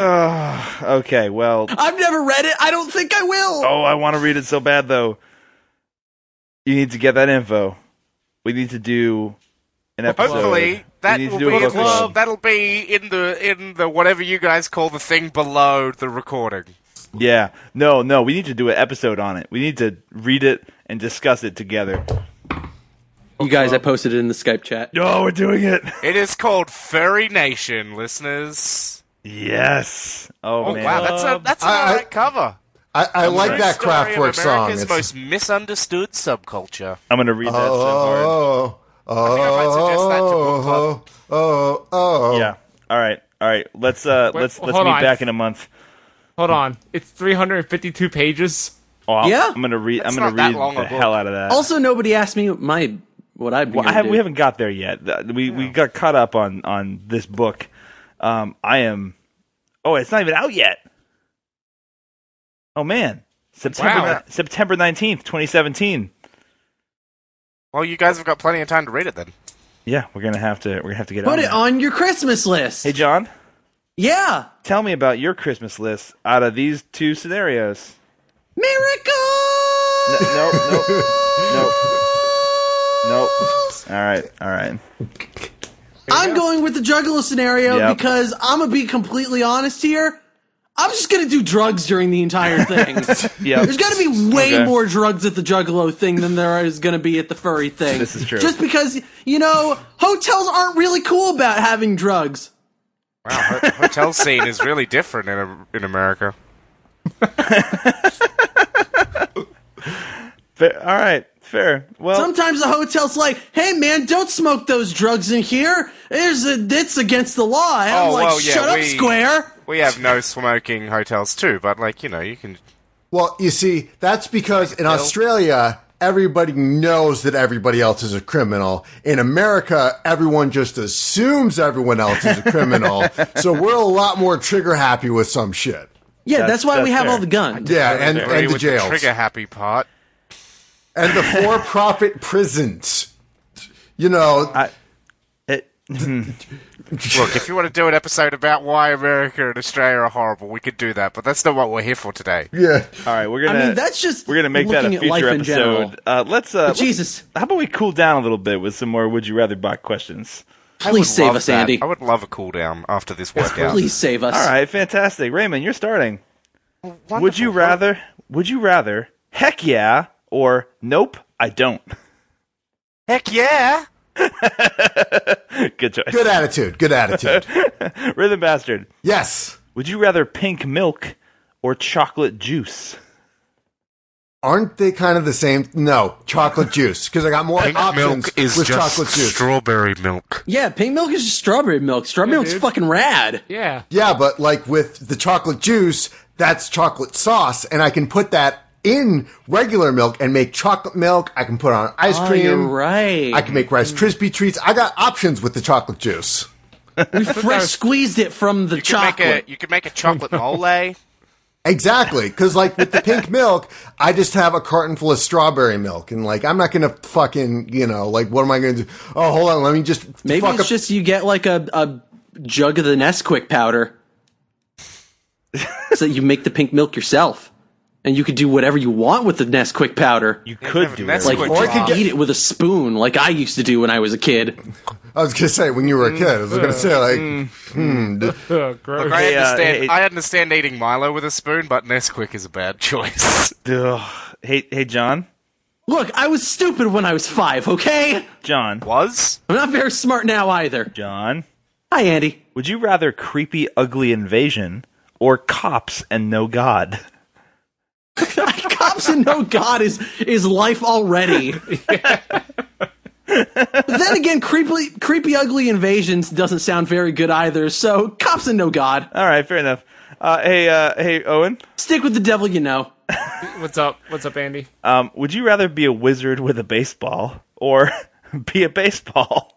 Speaker 3: Okay, well,
Speaker 4: I've never read it. I don't think I will.
Speaker 3: oh, I want to read it so bad though. You need to get that info. We need to do an episode.
Speaker 5: Hopefully, that
Speaker 3: we need
Speaker 5: will
Speaker 3: to do a
Speaker 5: be in
Speaker 3: book
Speaker 5: the,
Speaker 3: club.
Speaker 5: that'll be in the in the whatever you guys call the thing below the recording.
Speaker 3: Yeah, no, no, we need to do an episode on it. We need to read it and discuss it together.
Speaker 4: You guys, I posted it in the Skype chat.
Speaker 3: No, we're doing it.
Speaker 5: It is called Furry Nation, listeners.
Speaker 3: Yes. Oh,
Speaker 5: Oh
Speaker 3: man.
Speaker 5: wow, that's a that's an
Speaker 7: I- I-
Speaker 5: alright cover.
Speaker 7: I, I like that
Speaker 5: True story of
Speaker 7: Kraftwerk song.
Speaker 5: America's
Speaker 7: It's-
Speaker 5: most misunderstood subculture.
Speaker 3: I'm gonna read that so hard.
Speaker 7: Oh, oh, oh,
Speaker 5: think I might suggest that to book
Speaker 7: oh,
Speaker 5: club.
Speaker 7: oh, oh,
Speaker 3: Yeah. All right. All right. Let's uh
Speaker 6: Wait,
Speaker 3: let's let's
Speaker 6: hold
Speaker 3: meet
Speaker 6: on.
Speaker 3: back in a month.
Speaker 6: Hold on, it's 352 pages.
Speaker 3: Oh, I'm,
Speaker 4: Yeah.
Speaker 3: I'm gonna read. I'm
Speaker 5: That's
Speaker 3: gonna
Speaker 5: not that
Speaker 3: read
Speaker 5: long
Speaker 3: the
Speaker 5: a book. Oh,
Speaker 3: hell out of that.
Speaker 4: Also, nobody asked me my what I'd be
Speaker 3: Well, I
Speaker 4: gonna
Speaker 3: have,
Speaker 4: do.
Speaker 3: we haven't got there yet. Th- We we got caught up on on this book. Um, I am. Oh, it's not even out yet. Oh man, September
Speaker 6: Wow.
Speaker 3: ni- September nineteenth, twenty seventeen.
Speaker 5: Well, you guys have got plenty of time to read it then.
Speaker 3: Yeah, we're gonna have to. We're gonna have to get
Speaker 4: Put
Speaker 3: on
Speaker 4: it
Speaker 3: that.
Speaker 4: on your Christmas list.
Speaker 3: Hey, John,
Speaker 4: yeah,
Speaker 3: tell me about your Christmas list out of these two scenarios.
Speaker 4: miracle.
Speaker 3: No, no, no, no, no. All right, all right.
Speaker 4: I'm going with the juggalo scenario
Speaker 3: Yep.
Speaker 4: because I'm gonna be completely honest here. I'm just gonna do drugs during the entire thing.
Speaker 3: Yeah,
Speaker 4: There's got to be way
Speaker 3: Okay.
Speaker 4: more drugs at the Juggalo thing than there is going to be at the furry thing.
Speaker 3: This is true.
Speaker 4: Just because you know hotels aren't really cool about having drugs.
Speaker 5: Wow, ho- hotel scene is really different in a, in America.
Speaker 3: fair, all right, fair. Well,
Speaker 4: Sometimes the hotel's like, "Hey man, don't smoke those drugs in here. There's a, it's against the law." And I'm
Speaker 5: Oh,
Speaker 4: like,
Speaker 5: well, yeah,
Speaker 4: "Shut up,
Speaker 5: we-
Speaker 4: Square."
Speaker 5: We have no smoking hotels too, but like you know, you can.
Speaker 2: Well, you see, that's because in Australia, everybody knows that everybody else is a criminal. In America, everyone just assumes everyone else is a criminal. so we're a lot more trigger happy with some shit.
Speaker 4: Yeah, that's, why
Speaker 3: that's
Speaker 4: we have
Speaker 3: fair.
Speaker 4: all the guns.
Speaker 2: Yeah, and,
Speaker 5: Agree
Speaker 2: and the
Speaker 5: with the
Speaker 2: jails.
Speaker 5: trigger happy part.
Speaker 2: and the for profit prisons. You know,
Speaker 3: it,
Speaker 5: Look, if you want to do an episode about why America and Australia are horrible, we could do that, but that's not what we're here for today.
Speaker 2: yeah.
Speaker 3: all right, we're gonna.
Speaker 4: I mean, that's just
Speaker 3: we're gonna make that a
Speaker 4: looking at life
Speaker 3: future
Speaker 4: in general.
Speaker 3: episode. Uh, let's. Uh, let's-
Speaker 4: Jesus,
Speaker 3: how about we cool down a little bit with some more "Would you rather" bot questions?
Speaker 5: I would
Speaker 4: please save
Speaker 5: love
Speaker 4: us,
Speaker 5: that.
Speaker 4: Andy.
Speaker 5: I would love a cool down after this workout.
Speaker 4: Please save us.
Speaker 3: All right, fantastic, Raymond. You're starting.
Speaker 5: Wonderful.
Speaker 3: Would you rather? Would you rather? Heck yeah, or nope, I don't.
Speaker 5: Heck yeah!
Speaker 3: Good choice,
Speaker 2: Good attitude. Good attitude.
Speaker 3: Rhythm Bastard.
Speaker 2: Yes.
Speaker 3: Would you rather pink milk or chocolate juice?
Speaker 2: Aren't they kind of the same? No, chocolate juice because I got more options with chocolate juice.
Speaker 5: strawberry milk.
Speaker 4: Yeah, pink milk is just strawberry milk. Strawberry milk's
Speaker 6: dude.
Speaker 4: fucking rad.
Speaker 6: Yeah.
Speaker 2: yeah, but like with the chocolate juice, that's chocolate sauce, and I can put that in regular milk and make chocolate milk. I can put on ice
Speaker 4: Oh,
Speaker 2: cream.
Speaker 4: you're right.
Speaker 2: I can make Rice Krispie treats. I got options with the chocolate juice.
Speaker 4: fresh squeezed it from the
Speaker 5: You could, make
Speaker 4: chocolate.
Speaker 5: a, you could make a chocolate mole. eh?
Speaker 2: Exactly, because like with the pink milk, I just have a carton full of strawberry milk, and like I'm not gonna fucking you know like what am I gonna do? Oh, hold on, let me just
Speaker 4: Maybe
Speaker 2: fuck
Speaker 4: it's
Speaker 2: up-
Speaker 4: just you get like a, a jug of the Nesquik powder, so that you make the pink milk yourself, and you could do whatever you want with the Nesquik powder.
Speaker 3: You
Speaker 5: you
Speaker 3: could
Speaker 5: have
Speaker 3: do
Speaker 5: Nesquik
Speaker 3: it.
Speaker 4: like,
Speaker 5: could
Speaker 4: or
Speaker 5: draw.
Speaker 4: you could eat it with a spoon, like I used to do when I was a kid.
Speaker 2: I was gonna say when you were a kid, I was gonna say like
Speaker 4: Mm-hmm.
Speaker 6: Ugh, gross.
Speaker 5: Look, I
Speaker 3: Hey, uh,
Speaker 5: understand.
Speaker 3: hey-
Speaker 5: I understand eating Milo with a spoon, but Nesquik is a bad choice.
Speaker 3: Ugh. Hey, hey, John.
Speaker 4: Look, I was stupid when I was five. Okay,
Speaker 3: John.
Speaker 5: Was
Speaker 4: I'm not very smart now either.
Speaker 3: John.
Speaker 4: Hi, Andy.
Speaker 3: Would you rather creepy, ugly invasion or cops and no God?
Speaker 4: Cops and no God is is life already. But then again, creepy, creepy, ugly invasions doesn't sound very good either. So, cops and no God.
Speaker 3: All right, fair enough. Uh, hey, uh, hey, Owen.
Speaker 4: Stick with the devil, you know.
Speaker 6: What's up? What's up, Andy?
Speaker 3: Um, would you rather be a wizard with a baseball or be a baseball?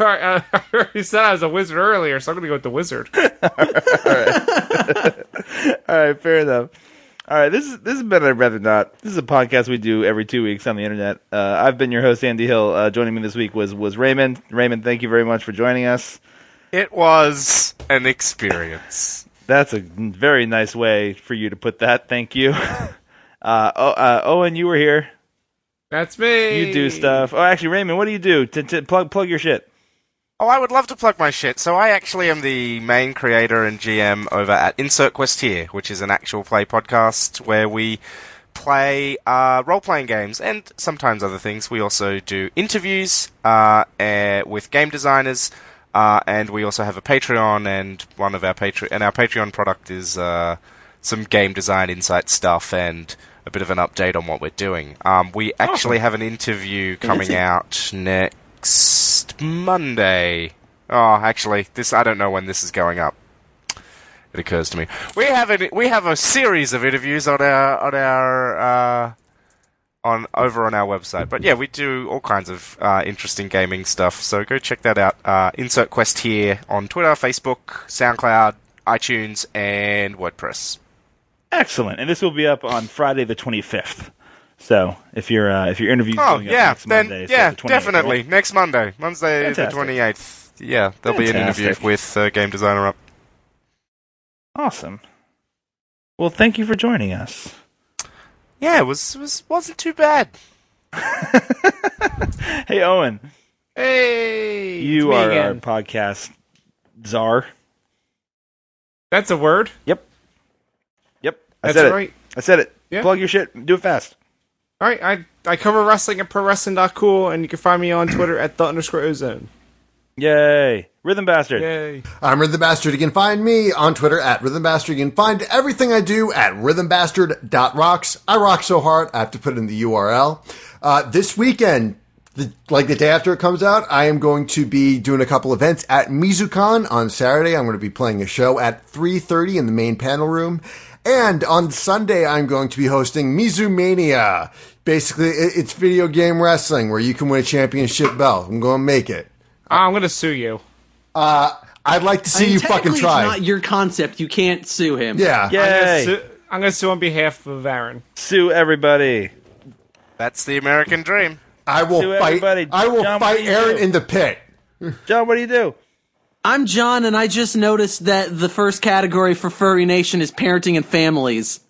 Speaker 6: All right, uh, I already said I was a wizard earlier, so I'm gonna go with the wizard.
Speaker 3: All right, fair enough. All right, this is this has been I'd rather not. This is a podcast we do every two weeks on the internet. Uh, I've been your host Andy Hill. Uh, joining me this week was was Raymond. Raymond, thank you very much for joining us.
Speaker 5: it was an experience?
Speaker 3: That's a very nice way for you to put that. Thank you. Uh, oh, uh, Owen, you were here.
Speaker 6: That's me.
Speaker 3: You do stuff. Oh, actually, Raymond, what do you do? To, to plug plug your shit.
Speaker 5: Oh, I would love to plug my shit. So I actually am the main creator and GM over at Insert Quest here, which is an actual play podcast where we play uh, role-playing games and sometimes other things. We also do interviews uh, eh, with game designers, uh, and we also have a Patreon. And one of our Patre- and our Patreon product is uh, some game design insight stuff and a bit of an update on what we're doing. Um, we actually have an interview coming out next Monday. Oh, actually, this I don't know when this is going up it occurs to me. We have a we have a series of interviews on our on our uh, on over on our website. But yeah, we do all kinds of uh, interesting gaming stuff. So go check that out. Uh, Insert Quest here on Twitter, Facebook, SoundCloud, iTunes, and WordPress.
Speaker 3: Excellent. And this will be up on Friday the twenty fifth. So if you're uh, if your interview's
Speaker 5: Oh
Speaker 3: going
Speaker 5: yeah,
Speaker 3: up next
Speaker 5: then
Speaker 3: Monday, so
Speaker 5: yeah,
Speaker 3: the 28th,
Speaker 5: definitely
Speaker 3: right?
Speaker 5: next Monday, Wednesday the
Speaker 3: Fantastic.
Speaker 5: twenty eighth. Yeah, there'll be an
Speaker 3: Fantastic.
Speaker 5: interview with uh, game designer up.
Speaker 3: Awesome. Well, thank you for joining us.
Speaker 5: Yeah, it was was wasn't too bad.
Speaker 3: Hey, Owen,
Speaker 6: Hey, it's
Speaker 3: you
Speaker 6: me
Speaker 3: are
Speaker 6: again.
Speaker 3: our podcast czar.
Speaker 6: That's a word.
Speaker 3: Yep. Yep. I
Speaker 6: That's
Speaker 3: said it.
Speaker 6: right.
Speaker 3: I said it.
Speaker 6: Yeah.
Speaker 3: Plug your shit. Do it fast.
Speaker 6: All right, I I cover wrestling at prowrestling.cool, and you can find me on Twitter at the underscore ozone.
Speaker 3: Yay. Rhythm Bastard.
Speaker 6: Yay!
Speaker 2: I'm Rhythm Bastard. You can find me on Twitter at Rhythm Bastard. You can find everything I do at rhythmbastard.rocks. I rock so hard, I have to put in the URL. Uh, this weekend, the, like the day after it comes out, I am going to be doing a couple events at Mizucon on Saturday. I'm going to be playing a show at 3.30 in the main panel room. And on Sunday, I'm going to be hosting Mizumania. Basically, it- it's video game wrestling where you can win a championship belt. I'm going to make it.
Speaker 6: I'm gonna sue you.
Speaker 2: I'd like to see you fucking
Speaker 4: technically,
Speaker 2: try.
Speaker 4: It's not your concept. You can't sue him.
Speaker 2: yeah.
Speaker 6: I'm gonna,
Speaker 3: Yay.
Speaker 6: sue, I'm gonna sue on behalf of Aaron.
Speaker 3: Sue everybody.
Speaker 5: That's the American dream.
Speaker 2: I will
Speaker 3: To
Speaker 2: fight.
Speaker 3: everybody,
Speaker 2: I will
Speaker 3: John, what
Speaker 2: fight
Speaker 3: do you
Speaker 2: Aaron
Speaker 3: do?
Speaker 2: in the pit.
Speaker 3: John, what do you do?
Speaker 4: I'm John, and I just noticed that the first category for Furry Nation is parenting and families.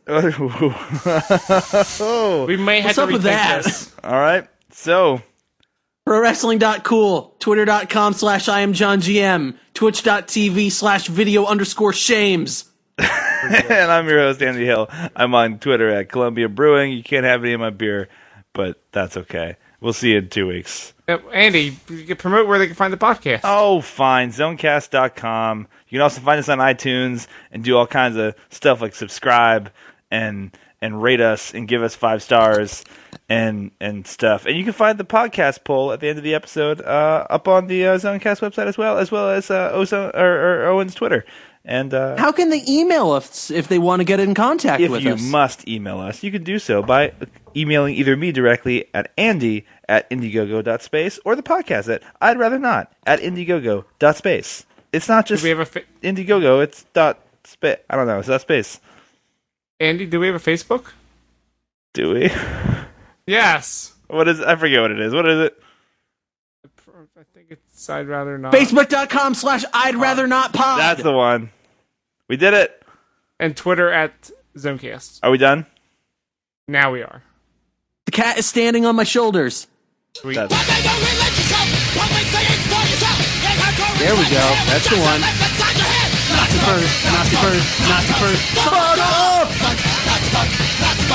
Speaker 6: We may have
Speaker 4: What's
Speaker 6: to
Speaker 4: up
Speaker 6: rethink
Speaker 4: with that?
Speaker 6: this.
Speaker 3: All right. So,
Speaker 4: ProWrestling.cool, twitter.com slash I am John GM, twitch.tv slash video underscore shames.
Speaker 3: and I'm your host, Andy Hill. I'm on Twitter at Columbia Brewing. You can't have any of my beer, but that's okay. We'll see you in two weeks.
Speaker 6: Uh, Andy, you can promote where they can find the podcast.
Speaker 3: Oh, fine. Zonecast.com. You can also find us on iTunes and do all kinds of stuff like subscribe and and rate us and give us five stars and and stuff. And you can find the podcast poll at the end of the episode uh, up on the uh, Zonecast website as well, as well as uh, Ozone or, or Owen's Twitter. And uh,
Speaker 4: How can they email us if they want to get in contact
Speaker 3: if
Speaker 4: with
Speaker 3: you
Speaker 4: us?
Speaker 3: must email us, you can do so by emailing either me directly at andy at indiegogo.space or the podcast at I'd rather not at indiegogo.space. It's not just
Speaker 6: Do we have a fa-
Speaker 3: Indiegogo, it's dot space. I don't know, it's dot space.
Speaker 6: Andy? Do we have a Facebook?
Speaker 3: Do we?
Speaker 6: Yes.
Speaker 3: What is I forget what it is. What is it?
Speaker 6: I think it's. I'd rather not.
Speaker 4: Facebook.com slash I'd rather not pod.
Speaker 3: Oh, That's the one. We did it.
Speaker 6: and Twitter at Zonecast.
Speaker 3: Are we done?
Speaker 6: Now we are.
Speaker 4: the cat is standing on my shoulders.
Speaker 6: Sweet.
Speaker 3: That's-
Speaker 8: There we go. That's the one. Nazi bird, Nazi bird, Nazi bird. Fuck up!